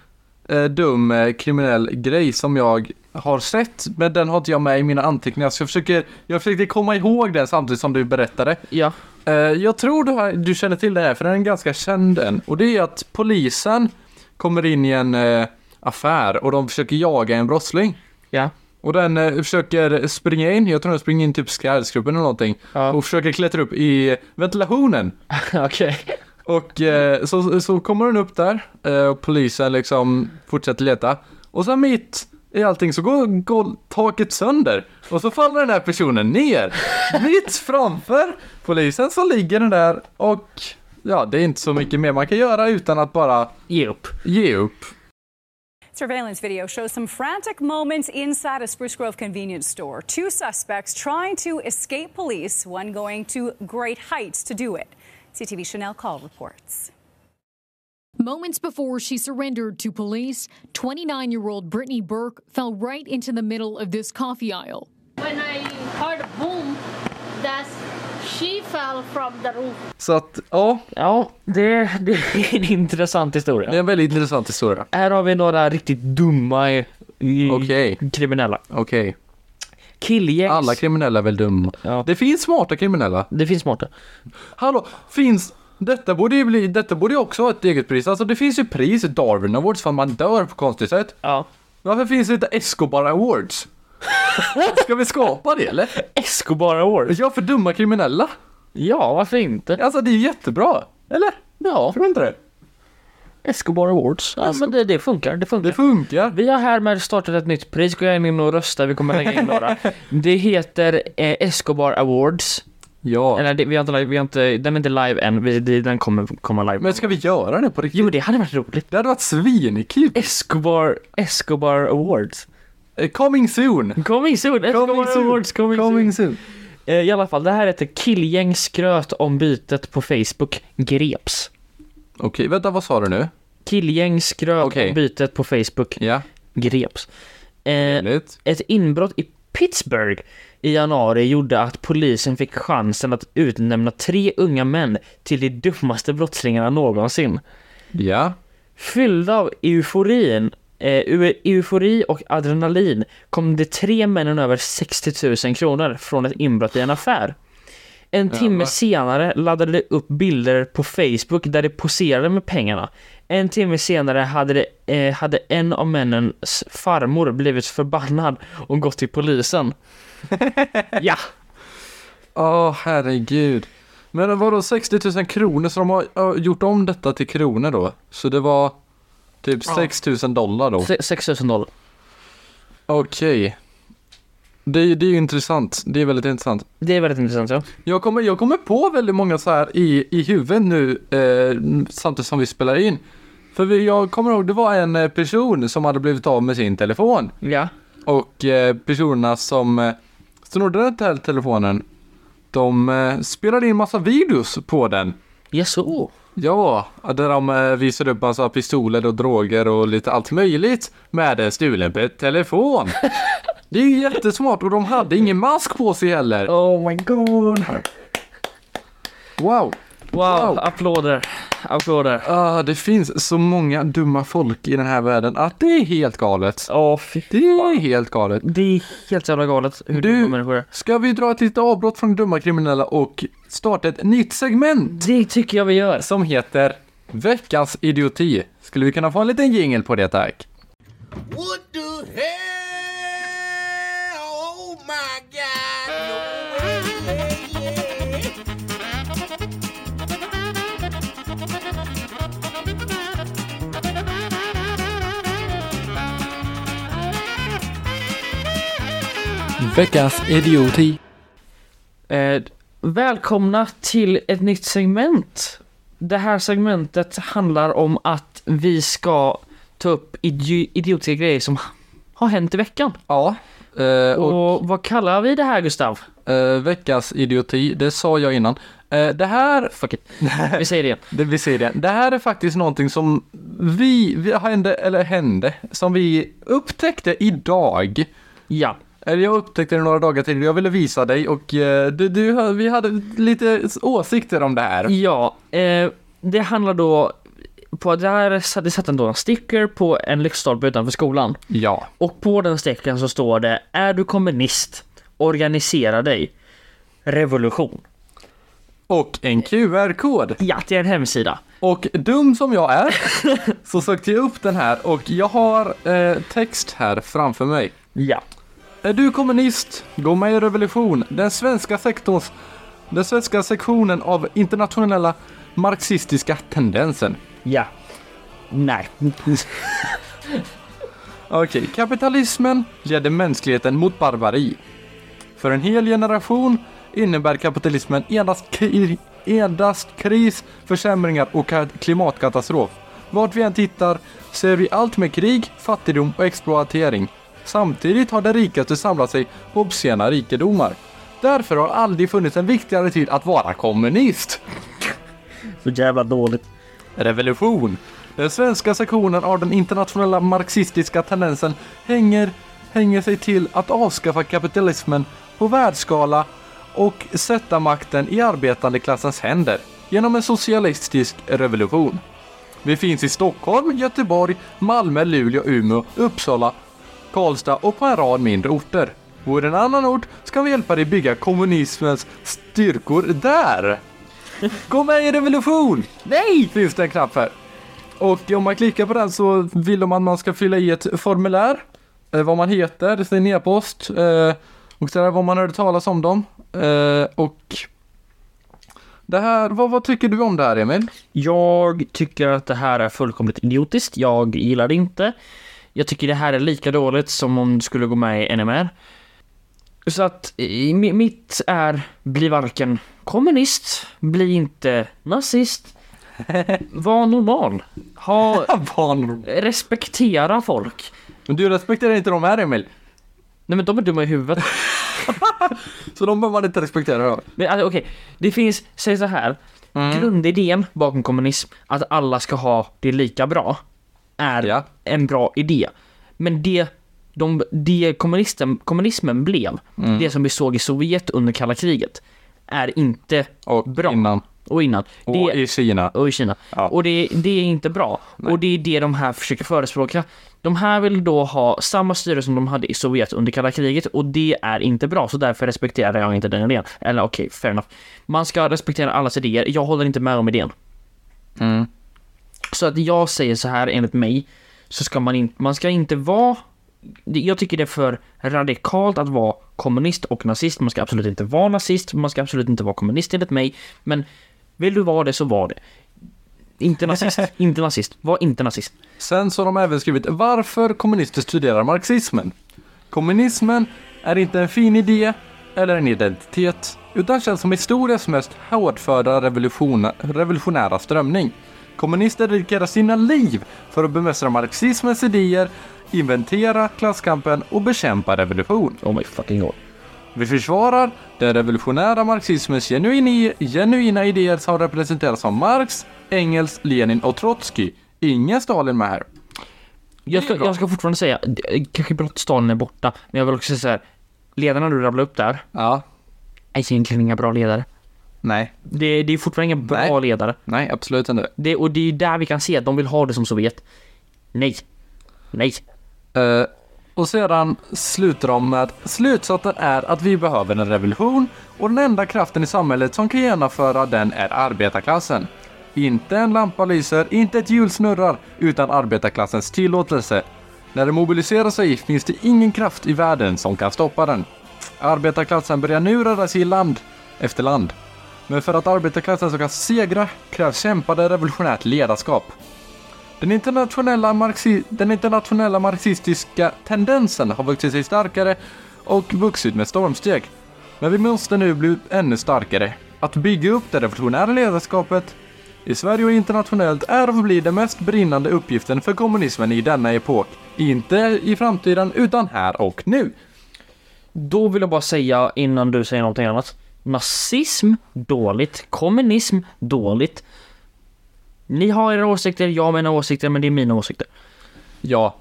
Speaker 2: eh, dum eh, kriminell grej som jag har sett, men den har inte jag med i mina anteckningar, så jag försöker, jag försökte komma ihåg den samtidigt som du berättade.
Speaker 3: Ja,
Speaker 2: Eh, jag tror du, har, du känner till det här, för den är ganska känd än, och det är att polisen kommer in i en eh, affär och de försöker jaga en brottsling.
Speaker 3: ja,
Speaker 2: Och den eh, försöker springa in, jag tror den springer in typ skärdsgruppen eller någonting.
Speaker 3: Ja.
Speaker 2: Och försöker klättra upp i ventilationen.
Speaker 3: [laughs] okej.
Speaker 2: Och eh, så, så kommer den upp där eh, och polisen liksom fortsätter leta. Och sen mitt i allting så går, går taket sönder. Och så faller den här personen ner. mitt framför polisen så ligger den där och ja, det är inte så mycket mer man kan göra utan att bara
Speaker 3: Ge upp.
Speaker 2: ge upp.
Speaker 11: Surveillance video shows some frantic moments inside a Spruce Grove convenience store. Two suspects trying to escape police, one going to great heights to do it. CTV Chanel Call reports.
Speaker 12: Moments before she surrendered to police, 29 year old Brittany Burke fell right into the middle of this coffee aisle.
Speaker 6: When I heard a boom, that's she fell from the roof.
Speaker 2: Så att ja,
Speaker 3: Ja, det, det är en intressant historia.
Speaker 2: det är en väldigt intressant historia.
Speaker 3: Här har vi några riktigt dumma i, i,
Speaker 2: Okej.
Speaker 3: kriminella.
Speaker 2: Okej.
Speaker 3: Killgängs.
Speaker 2: Alla kriminella är väl dumma.
Speaker 3: Ja.
Speaker 2: Det finns smarta kriminella.
Speaker 3: Det finns smarta.
Speaker 2: Hallå, finns... Detta borde ju bli, detta borde ju också ha ett eget pris. Alltså det finns ju pris i Darwin Awards för man dör på konstigt sätt.
Speaker 3: Ja.
Speaker 2: Varför finns det inte Escobar Awards? [laughs] Ska vi skapa det eller?
Speaker 3: Escobar Awards?
Speaker 2: Ja, för dumma kriminella.
Speaker 3: Ja, varför inte?
Speaker 2: Alltså det är ju jättebra. Eller?
Speaker 3: Ja,
Speaker 2: Tror du inte det?
Speaker 3: Escobar Awards. Ja, men det, det funkar, det funkar.
Speaker 2: Det funkar.
Speaker 3: Vi har härmed startat ett nytt pris, gå gärna in och rösta, vi kommer lägga
Speaker 2: [laughs]
Speaker 3: in några. Det heter eh, Escobar Awards.
Speaker 2: Ja.
Speaker 3: Eller det, vi har inte, live- vi har inte, den är inte live än, vi, det, den kommer komma live.
Speaker 2: Men ska vi göra det på riktigt?
Speaker 3: Jo, Eh. det hade varit roligt.
Speaker 2: Det hade varit svinkul.
Speaker 3: Escobar, Escobar Awards.
Speaker 2: Eh, Coming soon.
Speaker 3: Coming soon! Escobar
Speaker 2: Coming soon.
Speaker 3: Awards coming,
Speaker 2: Coming soon.
Speaker 3: soon. Eh, I alla fall, det här heter Killgäng skröt om bytet på Facebook greps.
Speaker 2: Okej, vänta vad sa du nu?
Speaker 3: Killgäng skröt
Speaker 2: Okej.
Speaker 3: om bytet på Facebook
Speaker 2: Ja,
Speaker 3: greps. Eh,
Speaker 2: enligt.
Speaker 3: Ett inbrott i Pittsburgh i januari gjorde att polisen fick chansen att utnämna tre unga män till de dummaste brottslingarna någonsin.
Speaker 2: Ja.
Speaker 3: Fyllda av euforin, eh, eu- eufori och adrenalin kom de tre männen över 60 000 kronor från ett inbrott i en affär. En timme
Speaker 2: Jävlar.
Speaker 3: senare laddade de upp bilder på Facebook där de poserade med pengarna. En timme senare hade, de, eh, hade en av männens farmor blivit förbannad och gått till [laughs] polisen. ja,
Speaker 2: Åh herregud. Men det var då 60 000 kronor så de har ja, gjort om detta till kronor då. Så det var typ
Speaker 3: Ja.
Speaker 2: 6 000 dollar då.
Speaker 3: se- 6 000 dollar.
Speaker 2: Okej. Det, är- det är ju intressant. Det är väldigt intressant.
Speaker 3: Det är väldigt intressant ja.
Speaker 2: Jag kommer, jag kommer på väldigt många så här i, i huvudet nu eh, samtidigt som vi spelar in. För vi, jag kommer ihåg det var en eh, person som hade blivit av med sin telefon.
Speaker 3: Ja.
Speaker 2: Och eh, personerna som eh, snodde den här telefonen. De eh, spelade in massa videos på den.
Speaker 3: Jaså?
Speaker 2: Ja, där de eh, visar upp massa pistoler och droger och lite allt möjligt med en stulen pe- telefon. [laughs] Det är ju jättesmart och de hade ingen mask på sig heller.
Speaker 3: Oh my god.
Speaker 2: Wow!
Speaker 3: Wow,
Speaker 2: Wow.
Speaker 3: applåder. Applåder.
Speaker 2: Ah, det finns så många dumma folk i den här världen att det är helt galet.
Speaker 3: Åh fy.
Speaker 2: Det är helt galet.
Speaker 3: Det är helt jävla galet hur
Speaker 2: Du-
Speaker 3: dumma människor är.
Speaker 2: Ska vi dra ett litet avbrott från dumma kriminella och starta ett nytt segment
Speaker 3: Det tycker jag vi gör.
Speaker 2: som heter Veckans idioti? Skulle vi kunna få en liten jingel på det tack?
Speaker 4: What the hell? Oh my God! No way! Yeah, yeah.
Speaker 2: Veckans idioti.
Speaker 3: Eh, välkomna till ett nytt segment. Det här segmentet handlar om att vi ska ta upp idi- idiotiska grejer som har hänt i veckan.
Speaker 2: Ja. eh, och
Speaker 3: Och vad kallar vi det här Gustav?
Speaker 2: Eh, veckans idioti, det sa jag innan. Eh, det här,
Speaker 3: Fuck it. Vi säger det igen.
Speaker 2: det, vi ser det. Det här är faktiskt någonting som vi, vi hände, eller hände, som vi upptäckte idag.
Speaker 3: Ja.
Speaker 2: Eller jag upptäckte det några dagar tidigare, jag ville visa dig och eh, du, du, vi hade lite åsikter om det här.
Speaker 3: Ja, eh, det handlar då på det här satt- det satt ändå en sticker på en lyktstolpe utanför skolan.
Speaker 2: Ja.
Speaker 3: Och på den stickern så står det Är du kommunist? Organisera dig. Revolution.
Speaker 2: Och en QR-kod.
Speaker 3: Ja, det är en hemsida.
Speaker 2: Och dum som jag är så sökte jag upp den här och jag har eh, text här framför mig.
Speaker 3: Ja.
Speaker 2: Är du kommunist? Gå med i revolution. Den svenska sektorns, den svenska sektionen av internationella marxistiska tendensen.
Speaker 3: Ja. Nej.
Speaker 2: Okej, kapitalismen leder mänskligheten mot barbari. För en hel generation innebär kapitalismen endast, kri- endast kris, försämringar och ka- klimatkatastrof. Vart vi än tittar ser vi allt med krig, fattigdom och exploatering. Samtidigt har de rikaste samlat sig på obscena rikedomar. Därför har aldrig funnits en viktigare tid att vara kommunist.
Speaker 3: [laughs] Så jävla dåligt.
Speaker 2: Revolution. Den svenska sektionen av den internationella marxistiska tendensen hänger, hänger sig till att avskaffa kapitalismen på världsskala och sätta makten i arbetandeklassens händer genom en socialistisk revolution. Vi finns i Stockholm, Göteborg, Malmö, Luleå, Umeå, Uppsala, Karlstad och på en rad mindre orter. Vore en annan ort ska vi hjälpa dig bygga kommunismens styrkor där. Gå med i revolution! Nej! Finns det en knapp här. Och om man klickar på den så vill de att man ska fylla i ett formulär. eh, Vad man heter, sin e-post eh, och sådär vad man hörde talas om dem. Eh, Och det här, vad, vad tycker du om det här Emil?
Speaker 3: Jag tycker att det här är fullkomligt idiotiskt. Jag gillar det inte. Jag tycker det här är lika dåligt som om du skulle gå med i NMR. Så att i- mi- mitt är bli varken kommunist, bli inte [laughs] nazist. Var normal. Ha...
Speaker 2: Var normal.
Speaker 3: Respektera folk.
Speaker 2: Men du respekterar inte de här Emil.
Speaker 3: Nej men de är dumma i huvudet.
Speaker 2: Så de behöver man inte respektera då?
Speaker 3: Men alltså, okej, det finns, säg så här.
Speaker 2: Mm.
Speaker 3: Grundidén bakom kommunism, att alla ska ha det lika bra, är en bra idé. Men det, de, det kommunisten, kommunismen blev,
Speaker 2: Mm.
Speaker 3: det som vi såg i Sovjet under kalla kriget, är inte bra. Och innan.
Speaker 2: Och i Kina.
Speaker 3: Och i Kina. Och det, det är inte bra. Och det är det de här försöker förespråka. De här vill då ha samma styre som de hade i Sovjet under kalla kriget och det är inte bra, så därför respekterar jag inte den idén. Eller okej, fair enough. Man ska respektera allas idéer, jag håller inte med om idén. Så att jag säger så här enligt mig, så ska man inte, man ska inte vara det- jag tycker det är för radikalt att vara kommunist och nazist. Man ska absolut inte vara nazist, man ska absolut inte vara kommunist enligt mig. Men vill du vara det så var det. Inte nazist, [laughs] inte nazist, var inte nazist.
Speaker 2: Sen så har de även skrivit varför kommunister studerar marxismen. Kommunismen är inte en fin idé eller en identitet utan känns som historiens mest hårdföra revolution- revolutionära strömning. Kommunister dedikerar sina liv för att bemästra marxismens idéer, inventera klasskampen och bekämpa revolution.
Speaker 3: Oh my fucking god.
Speaker 2: Vi försvarar den revolutionära marxismens genuini- genuina idéer som representeras av Marx, Engels, Lenin och Trotsky. Ingen Stalin med här.
Speaker 3: Jag ska, jag ska fortfarande säga, d- kanske blott Stalin är borta, men jag vill också säga så här. Ledarna du rabblade upp där.
Speaker 2: Ja.
Speaker 3: Är egentligen inga bra ledare.
Speaker 2: Nej.
Speaker 3: Det, det är fortfarande inga bra ledare.
Speaker 2: Nej, absolut inte.
Speaker 3: Det, och det är ju där vi kan se att de vill ha det som Sovjet. Nej. Nej.
Speaker 2: Eh, och sedan slutar de med att slutsatsen är att vi behöver en revolution och den enda kraften i samhället som kan genomföra den är arbetarklassen. Inte en lampa lyser, inte ett hjul snurrar, utan arbetarklassens tillåtelse. När den mobiliserar sig finns det ingen kraft i världen som kan stoppa den. Arbetarklassen börjar nu röra sig i land efter land. Men för att arbetarklassen ska segra krävs kämpande revolutionärt ledarskap. Den internationella, marxi- den internationella marxistiska tendensen har vuxit sig starkare och vuxit med stormsteg. Men vi måste nu bli ännu starkare. Att bygga upp det revolutionära ledarskapet i Sverige och internationellt är och förblir den mest brinnande uppgiften för kommunismen i denna epok. Inte i framtiden, utan här och nu.
Speaker 3: Då vill jag bara säga innan du säger någonting annat. Nazism, dåligt. Kommunism, dåligt. Ni har era åsikter, jag har mina åsikter, men det är mina åsikter.
Speaker 2: Ja.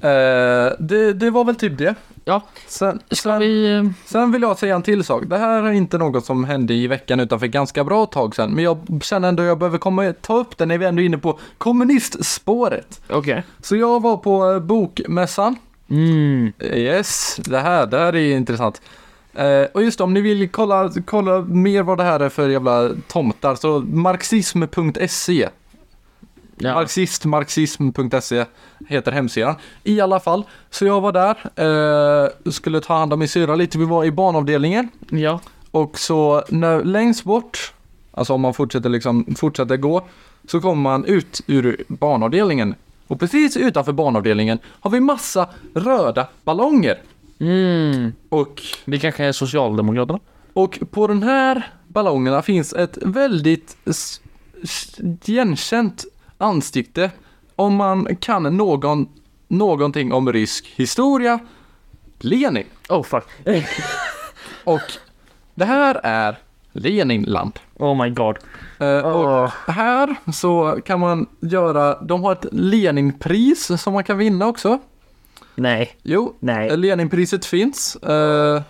Speaker 2: Eh, det, det var väl typ det.
Speaker 3: Ja. eh,
Speaker 2: Sen, sen, sen vill jag säga en till sak. Det här är inte något som hände i veckan utan för ganska bra tag sedan. Men jag känner ändå att jag behöver komma, ta upp det när vi ändå är inne på kommunistspåret.
Speaker 3: Okej.
Speaker 2: Så jag var på eh, bokmässan.
Speaker 3: Mm.
Speaker 2: Yes, det här, det här är intressant. Eh, och just det, om ni vill kolla, kolla mer vad det här är för jävla tomtar så marxism.se Marxistmarxism.se E heter hemsidan. I alla fall, så jag var där, eh, skulle ta hand om min syra lite, vi var i barnavdelningen.
Speaker 3: Ja.
Speaker 2: Och så när, längst bort, alltså om man fortsätter, liksom, fortsätter gå, så kommer man ut ur barnavdelningen. Och precis utanför barnavdelningen har vi massa röda ballonger.
Speaker 3: Mm.
Speaker 2: Och...
Speaker 3: Det kanske är Socialdemokraterna?
Speaker 2: Och på den här ballongerna finns ett väldigt s- s- igenkänt ansikte om man kan någon, någonting om rysk historia. Lenin.
Speaker 3: Oh fuck.
Speaker 2: och det här är Leninland.
Speaker 3: Oh my god.
Speaker 2: och här så kan man göra, de har ett Leninpris som man kan vinna också.
Speaker 3: Nej.
Speaker 2: Jo,
Speaker 3: Nej.
Speaker 2: Leninpriset finns. Eh,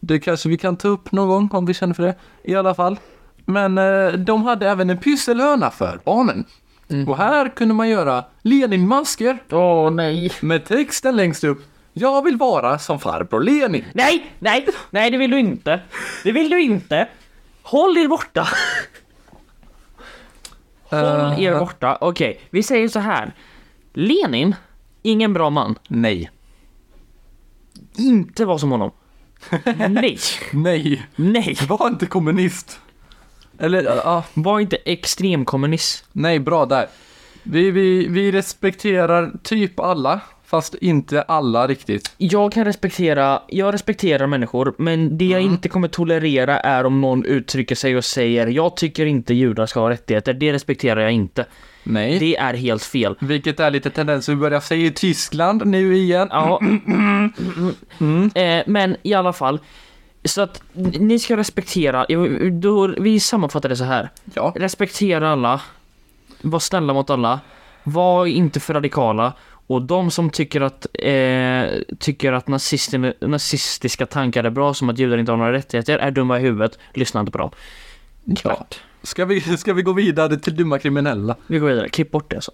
Speaker 2: Det kanske vi kan ta upp någon gång om vi känner för det. I alla fall. Men eh, de hade även en pysselhörna för barnen. Och här kunde man göra Leninmasker.
Speaker 3: Åh nej.
Speaker 2: Med texten längst upp. Jag vill vara som farbror Lenin.
Speaker 3: Nej, nej, nej det vill du inte. Det vill du inte. Håll er borta! Håll
Speaker 13: Eh,
Speaker 3: er borta. Okej, vi säger så här. Lenin, ingen bra man.
Speaker 2: Nej.
Speaker 3: Inte var som honom. [laughs] Nej.
Speaker 2: Nej.
Speaker 3: Nej.
Speaker 2: Var inte kommunist. Eller ja.
Speaker 3: Var inte extremkommunist.
Speaker 2: Nej, bra där. Vi, vi, vi respekterar typ alla, fast inte alla riktigt.
Speaker 3: Jag kan respektera, jag respekterar människor, men det jag inte kommer tolerera är om någon uttrycker sig och säger jag tycker inte judar ska ha rättigheter, det respekterar jag inte.
Speaker 2: Nej.
Speaker 3: Det är helt fel.
Speaker 2: Vilket är lite tendens vi börjar säga i Tyskland nu igen.
Speaker 3: Ja. Eh, men i alla fall. Så att n- ni ska respektera, jo, då, vi sammanfattar det så här.
Speaker 2: Ja.
Speaker 3: Respektera alla. Var snälla mot alla. Var inte för radikala. Och de som tycker att, eh, tycker att nazisten, nazistiska tankar är bra, som att judar inte har några rättigheter, är dumma i huvudet. Lyssna inte på dem.
Speaker 2: Ja. Ska vi, [laughs] ska vi gå vidare till dumma kriminella?
Speaker 3: Vi går vidare, klipp bort det så.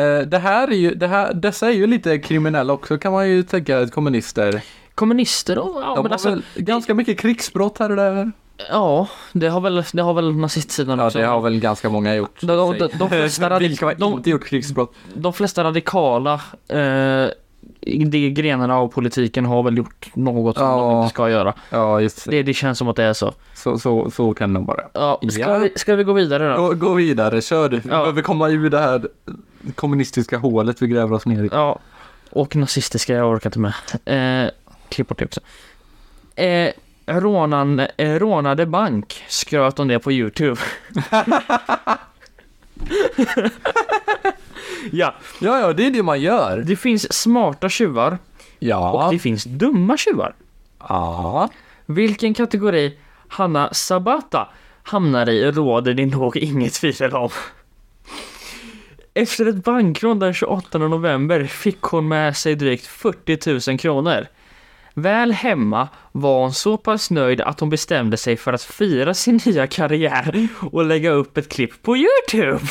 Speaker 2: Eh, det här är ju, det här, dessa är ju lite kriminella också kan man ju tänka, att kommunister.
Speaker 3: Kommunister och... Ja,
Speaker 2: De
Speaker 3: men
Speaker 2: har
Speaker 3: alltså,
Speaker 2: väl ganska mycket krigsbrott här och där.
Speaker 3: ja det, har väl, det har väl nazistsidan
Speaker 2: Ja,
Speaker 3: också.
Speaker 2: det har väl ganska många gjort.
Speaker 3: De, de, de,
Speaker 2: [laughs]
Speaker 3: de, flesta
Speaker 2: Alltså- Vilka
Speaker 3: radik-
Speaker 2: har
Speaker 3: de,
Speaker 2: inte gjort krigsbrott?
Speaker 3: de flesta radikala eh, de grenarna av politiken har väl gjort något som de
Speaker 2: Ja.
Speaker 3: inte ska göra.
Speaker 2: Ja, just det.
Speaker 3: Det, det känns som att det är så.
Speaker 2: Så, så, så kan de vara.
Speaker 3: Ja, ska,
Speaker 2: Ja.
Speaker 3: Vi, ska vi gå vidare då?
Speaker 2: Gå, gå vidare, kör du. Vi
Speaker 3: Ja.
Speaker 2: behöver komma ur det här kommunistiska hålet vi gräver oss ner i.
Speaker 3: Ja. Och nazistiska, jag orkar inte med. Eh, klipp bort det också. Eh, rånan, eh, rånade bank, skröt om det på YouTube. [laughs] ja,
Speaker 2: Ja, ja, det är det man gör.
Speaker 3: det finns smarta tjuvar och
Speaker 2: Ja.
Speaker 3: det finns dumma tjuvar.
Speaker 2: Ja.
Speaker 3: Vilken kategori Hanna Sabata hamnar i råder det nog inget tvivel om. Efter ett bankrån den 28 november fick hon med sig drygt 40 000 kronor. Väl hemma var hon så pass nöjd att hon bestämde sig för att fira sin nya karriär och lägga upp ett klipp på Youtube.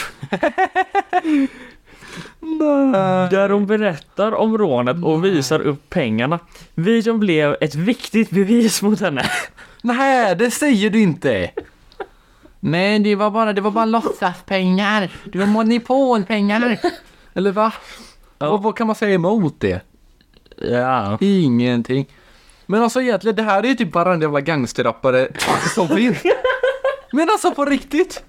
Speaker 3: Där hon berättar om rånet och visar upp pengarna. Videon blev ett viktigt bevis mot henne.
Speaker 2: Nej, det säger du inte. Nej, det var bara, det var bara låtsaspengar. Det var
Speaker 3: [laughs]
Speaker 2: monopolpengar. Eller va? Vad, vad kan man säga emot det?
Speaker 3: Ja.
Speaker 2: Ingenting. Men alltså egentligen, det här är ju typ bara en jävla gangsterrappare som finns.
Speaker 3: [laughs]
Speaker 2: Men alltså på riktigt!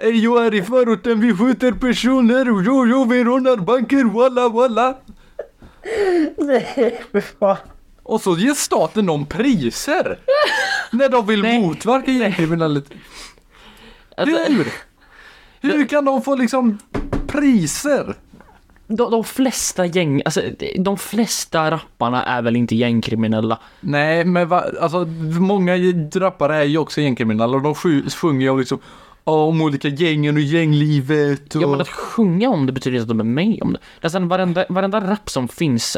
Speaker 2: Ey, Jag är i förorten, vi skjuter personer, jo jo vi rånar banker, walla walla.
Speaker 3: Nej, för fan.
Speaker 2: Och så ger staten dem priser! När de vill motverka gängkriminalitet.
Speaker 3: Alltså-
Speaker 2: Hur? Hur kan de få liksom priser?
Speaker 3: De, de flesta gäng, alltså de flesta rapparna är väl inte gängkriminella?
Speaker 2: Nej, men va, alltså många rappare är ju också gängkriminella och de sju- sjunger ju om liksom ja, om olika gängen och gänglivet och...
Speaker 3: Ja men att sjunga om det betyder inte att de är med om det. Alltså varenda, varenda rap som finns,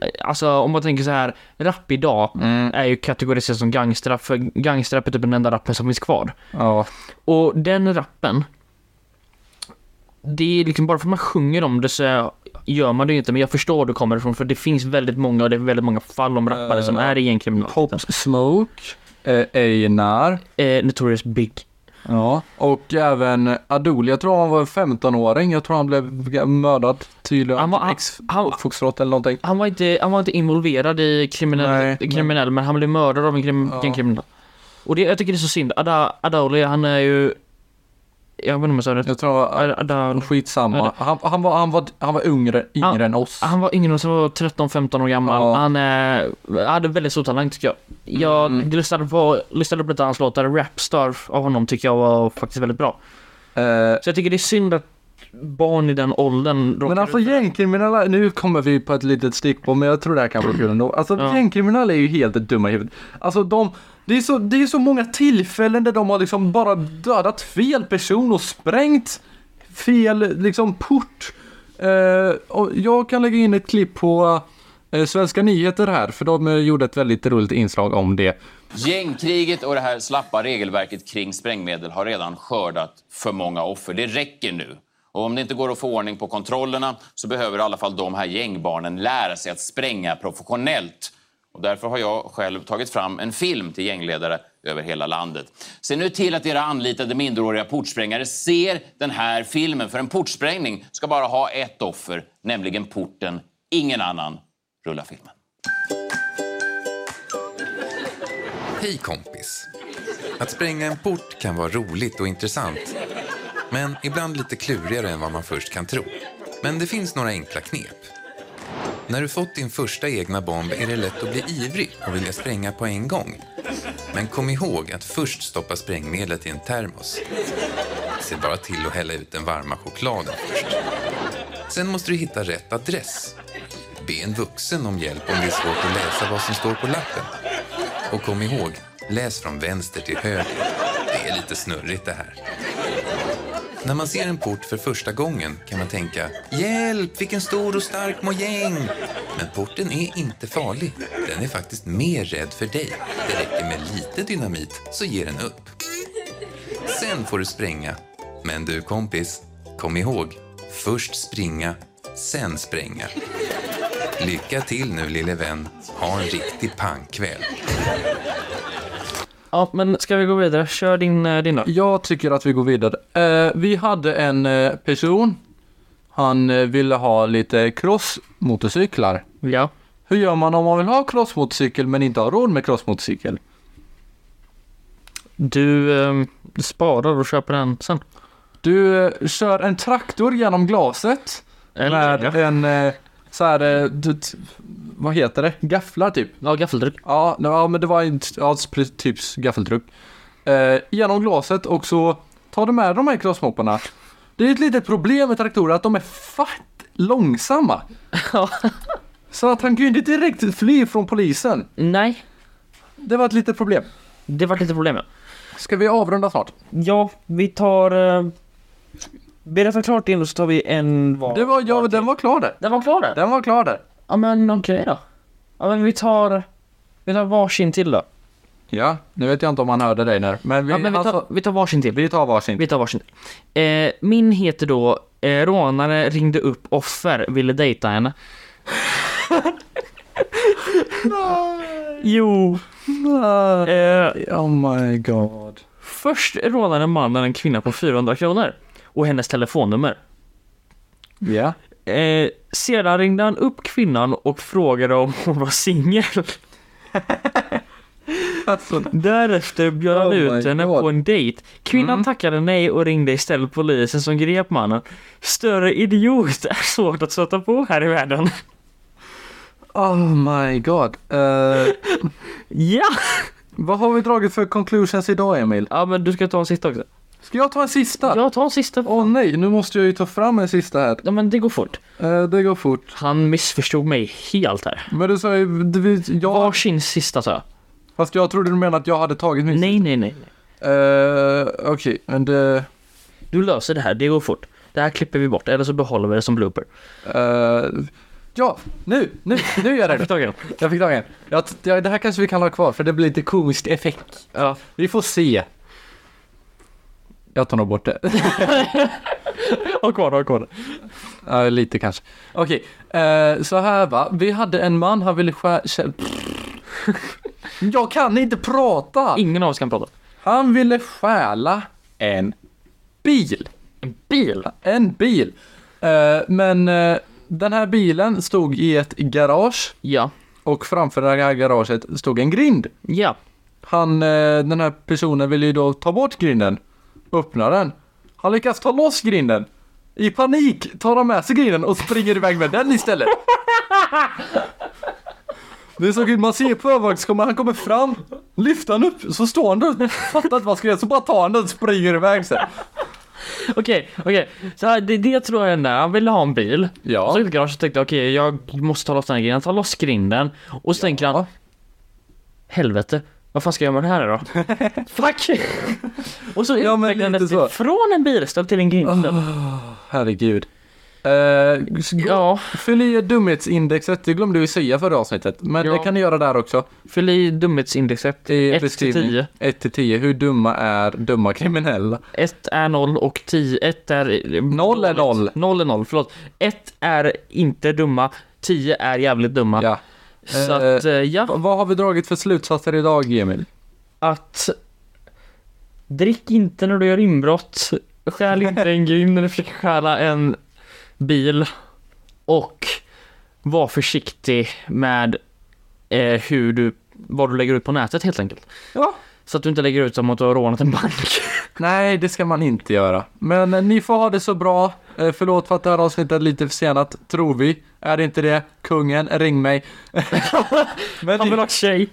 Speaker 3: eh, alltså om man tänker så här, rap idag är ju kategoriserat som gangsterrap, för gangsterrap är typ den enda rappen som finns kvar.
Speaker 2: ja.
Speaker 3: Och den rappen, det är liksom bara för att man sjunger om det så gör man det ju inte, men jag förstår var du kommer ifrån för det finns väldigt många och det är väldigt många fall om rappare som är i gängkriminaliteten.
Speaker 2: Pop Smoke, eh, Einar,
Speaker 3: Eh, Notorious Big.
Speaker 2: ja. och även Adol. Jag tror han var en 15-åring. Jag tror han blev mördad tydligen.
Speaker 3: Han var- han-
Speaker 2: Ex-
Speaker 3: han-
Speaker 2: Foxtrot eller någonting.
Speaker 3: Han var inte, han var inte involverad i kriminell,
Speaker 2: Nej, nej.
Speaker 3: kriminell men han blev mördad av en krim,
Speaker 2: Ja.
Speaker 3: gängkriminell. Och det, jag tycker det är så synd. Ada, Adaoli, han är ju... Jag vet inte om jag sa rätt.
Speaker 2: Jag tror han var...
Speaker 3: Ad- Adaoli.
Speaker 2: Skitsamma. Han, han, var, han, var, han var yngre, yngre
Speaker 3: Han-
Speaker 2: än oss.
Speaker 3: Han var yngre, så var 13-15 år gammal.
Speaker 2: Ja.
Speaker 3: Han eh, hade väldigt stor talang tycker jag. Jag
Speaker 2: Mm.
Speaker 3: lyssnade, på, lyssnade på lite av hans låtar. Rapstar av honom tycker jag var faktiskt väldigt bra.
Speaker 2: Eh,
Speaker 3: Så jag tycker det är synd att barn i den åldern råkar
Speaker 2: Men alltså
Speaker 3: ut-
Speaker 2: gängkriminella, nu kommer vi på ett litet stickspår men jag tror det här kan vara kul ändå. Alltså
Speaker 3: Ja.
Speaker 2: gängkriminella är ju helt dumma i huvudet. Alltså de, det är, så, det är så många tillfällen där de har liksom bara dödat fel person och sprängt fel liksom port. Eh, och jag kan lägga in ett klipp på eh, Svenska nyheter här för de eh, gjorde ett väldigt roligt inslag om det.
Speaker 7: Gängkriget och det här slappa regelverket kring sprängmedel har redan skördat för många offer. Det räcker nu. Och om det inte går att få ordning på kontrollerna så behöver i alla fall de här gängbarnen lära sig att spränga professionellt. Och därför har jag själv tagit fram en film till gängledare över hela landet. Se nu till att era anlitade minderåriga portsprängare ser den här filmen. För en portsprängning ska bara ha ett offer, nämligen porten. Ingen annan. Rulla filmen.
Speaker 14: Hej kompis! Att spränga en port kan vara roligt och intressant. Men ibland lite klurigare än vad man först kan tro. Men det finns några enkla knep. När du fått din första egna bomb är det lätt att bli ivrig och vilja spränga på en gång. Men kom ihåg att först stoppa sprängmedlet i en termos. Se bara till att hälla ut den varma chokladen först. Sen måste du hitta rätt adress. Be en vuxen om hjälp om det är svårt att läsa vad som står på lappen. Och kom ihåg, läs från vänster till höger. Det är lite snurrigt det här. När man ser en port för första gången kan man tänka Hjälp, vilken stor och stark mojäng! Men porten är inte farlig. Den är faktiskt mer rädd för dig. Det räcker med lite dynamit så ger den upp. Sen får du spränga. Men du kompis, kom ihåg. Först springa, sen spränga. Lycka till nu lille vän. Ha en riktig pangkväll.
Speaker 3: Ja, men ska vi gå vidare? Kör din, eh, din då.
Speaker 2: Jag tycker att vi går vidare. Eh, vi hade en eh, person. Han eh, ville ha lite crossmotorcyklar.
Speaker 3: Ja.
Speaker 2: Hur gör man om man vill ha crossmotorcykel men inte har råd med crossmotorcykel?
Speaker 3: Du eh, sparar och köper den sen.
Speaker 2: Du eh, kör en traktor genom glaset. med en eh, så här, eh, du, t- vad heter det? Gafflar typ?
Speaker 3: Ja, gaffeltruck.
Speaker 2: Ja, nej, ja men det var en t- ja, sp- typ gaffeltruck. Eh, genom glaset och så tar du med de här crossmopparna. Det är ett litet problem med traktorer att de är fatt långsamma. så att han kunde inte direkt fly från polisen.
Speaker 3: Nej.
Speaker 2: Det var ett litet problem.
Speaker 3: Det var ett litet problem ja.
Speaker 2: Ska vi avrunda snart?
Speaker 3: Ja, vi tar... Eh, berätta klart din och så tar vi en var.
Speaker 2: Det var, ja, den var klar där.
Speaker 3: Den var klar där?
Speaker 2: Den var klar där.
Speaker 3: Ja men okej då. Ja men vi tar... Vi tar varsin till då.
Speaker 2: Ja, nu vet jag inte om han hörde dig när. Men vi,
Speaker 3: Ja, men vi, tar,
Speaker 2: alltså,
Speaker 3: vi tar varsin till.
Speaker 2: vi tar varsin.
Speaker 3: Vi tar varsin till. Eh, min heter då eh, Rånare ringde upp offer, ville dejta [laughs] henne. Jo. Eh,
Speaker 2: oh my god.
Speaker 3: Först rånade mannen en kvinna på 400 kronor och hennes telefonnummer.
Speaker 2: Ja.
Speaker 3: Eh, sedan ringde han upp kvinnan och frågade om hon var singel.
Speaker 2: Alltså,
Speaker 3: Därefter bjöd han
Speaker 2: Oh my Mm.
Speaker 3: ut henne på en dejt. Kvinnan tackade nej och ringde istället polisen som grep mannen. Större idiot är svårt att stöta på här i världen.
Speaker 2: Oh my god. Eh,
Speaker 3: Ja!
Speaker 2: vad har vi dragit för conclusions idag Emil?
Speaker 3: Ja men du ska ta en sista också.
Speaker 2: Ska jag ta en sista?
Speaker 3: Jag tar en sista.
Speaker 2: Åh nej, nu måste jag ju ta fram en sista här.
Speaker 3: Ja men det går fort.
Speaker 2: Eh, det går fort.
Speaker 3: Han missförstod mig helt här.
Speaker 2: Men du sa ju, du vet, jag...
Speaker 3: Varsin sista sa jag.
Speaker 2: Fast jag trodde du menade att jag hade tagit min.
Speaker 3: Nej nej nej.
Speaker 2: Eh, Okej, men det...
Speaker 3: Du löser det här, det går fort. Det här klipper vi bort eller så behåller vi det som [laughs] blooper.
Speaker 2: eh, ja, nu, nu, nu är [laughs] jag redo.
Speaker 3: Fick tag i den.
Speaker 2: Jag fick tag i en. Jag, jag, det här kanske vi kan ha kvar för det blir lite komiskt effekt.
Speaker 3: Ja.
Speaker 2: Vi får se. Jag tar nog bort det.
Speaker 3: Ha kvar det, ha kvar det.
Speaker 2: Ja, lite kanske. Okej, eh, så här va. Vi hade en man, han ville skära... Jag kan inte prata!
Speaker 3: Ingen av oss kan prata.
Speaker 2: Han ville stjäla en bil.
Speaker 3: En bil?
Speaker 2: En bil. Eh, men eh, den här bilen stod i ett garage
Speaker 3: Ja.
Speaker 2: och framför det här garaget stod en grind.
Speaker 3: Ja.
Speaker 2: Han, eh, den här personen ville ju då ta bort grinden, öppna den. Han lyckas ta loss grinden. I panik tar han med sig grinden och springer iväg med den
Speaker 3: [laughs]
Speaker 2: istället. Det är så kul, man ser på övervakningskameran, han kommer fram, lyfter han upp, så står han där och fattar inte vad han ska göra, så bara tar han den och springer iväg sen.
Speaker 3: Okej, okej. Så här, det, det tror jag hände. Han ville ha en bil.
Speaker 2: Ja.
Speaker 3: Så gick det garaget och tänkte okej, jag måste ta loss den här grejen. Han tar loss grinden. Och så tänker han. Helvete. Vad fan ska jag göra med den här då? [laughs] Fuck! och så Ah.
Speaker 2: Ja, men
Speaker 3: utvecklade han
Speaker 2: lite så.
Speaker 3: detta från en bilstöld till en grindstöld.
Speaker 2: Herregud. Eh,
Speaker 3: Ja,
Speaker 2: fyll i dumhetsindexet, det glömde vi säga förra avsnittet, men
Speaker 3: Ja.
Speaker 2: det kan ni göra där också.
Speaker 3: fyll i dumhetsindexet.
Speaker 2: I
Speaker 3: 1 till 10.
Speaker 2: 1 till 10, hur dumma är dumma kriminella?
Speaker 3: 1 är 0 och 10, 1 är...
Speaker 2: Noll är noll.
Speaker 3: 0 är 0, förlåt. 1 är inte dumma, 10 är jävligt dumma.
Speaker 2: Ja.
Speaker 3: Så att, eh, ja.
Speaker 2: Vad har vi dragit för slutsatser idag, Emil?
Speaker 3: Att drick inte när du gör inbrott. Stjäl inte en grind när du försöker stjäla en bil. Och var försiktig med eh, hur du, vad du lägger ut på nätet helt enkelt.
Speaker 2: Ja.
Speaker 3: Så att du inte lägger ut som att du har rånat
Speaker 2: [laughs]
Speaker 3: en bank.
Speaker 2: Nej, det ska man inte göra. Men eh, ni får ha det så bra. Eh, förlåt för att det här avsnittet är lite försenat, tror vi. Är det inte det, kungen, ring mig. [laughs] Men
Speaker 3: Han vill ha tjej.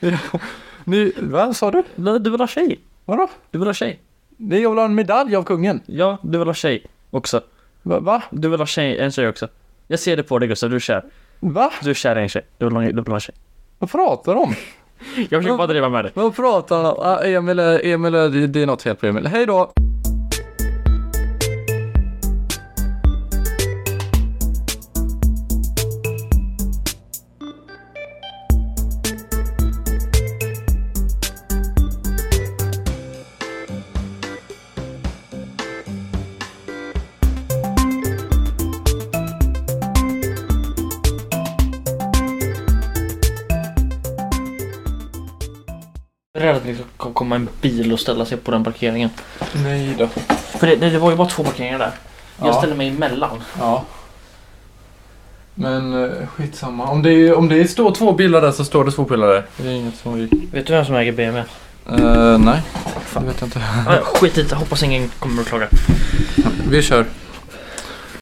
Speaker 2: ni, vad sa du?
Speaker 3: Du vill ha tjej.
Speaker 2: Vadå?
Speaker 3: Du vill ha tjej.
Speaker 2: Nej, jag vill ha en medalj av kungen.
Speaker 3: Ja, du vill ha tjej också.
Speaker 2: Va? va?
Speaker 3: Du vill ha tjej, en tjej också. Jag ser det på dig Gustav, du är kär.
Speaker 2: Va?
Speaker 3: Du är kär i en tjej. Du vill ha, du vill ha en tjej.
Speaker 2: Vad pratar de om?
Speaker 3: Jag försöker bara driva med dig.
Speaker 2: Vad pratar han om? Ah, Emil, är- Emil, är- det- det är något fel på Emil. Hej då!
Speaker 3: Jag är rädd att det ska komma en bil och ställa sig på den parkeringen.
Speaker 2: Nej då.
Speaker 3: För det, det, det var ju bara två parkeringar där. Jag
Speaker 2: Ja.
Speaker 3: ställde mig emellan.
Speaker 2: Ja. Men eh, skitsamma. Om det, är- om det står två bilar där så står det två bilar där. Det är inget som vi...
Speaker 3: Vet du vem som äger BMW?
Speaker 2: Eh, nej, det vet jag inte.
Speaker 3: Ah, ja, skit i det, hoppas ingen kommer att klaga.
Speaker 2: Vi kör.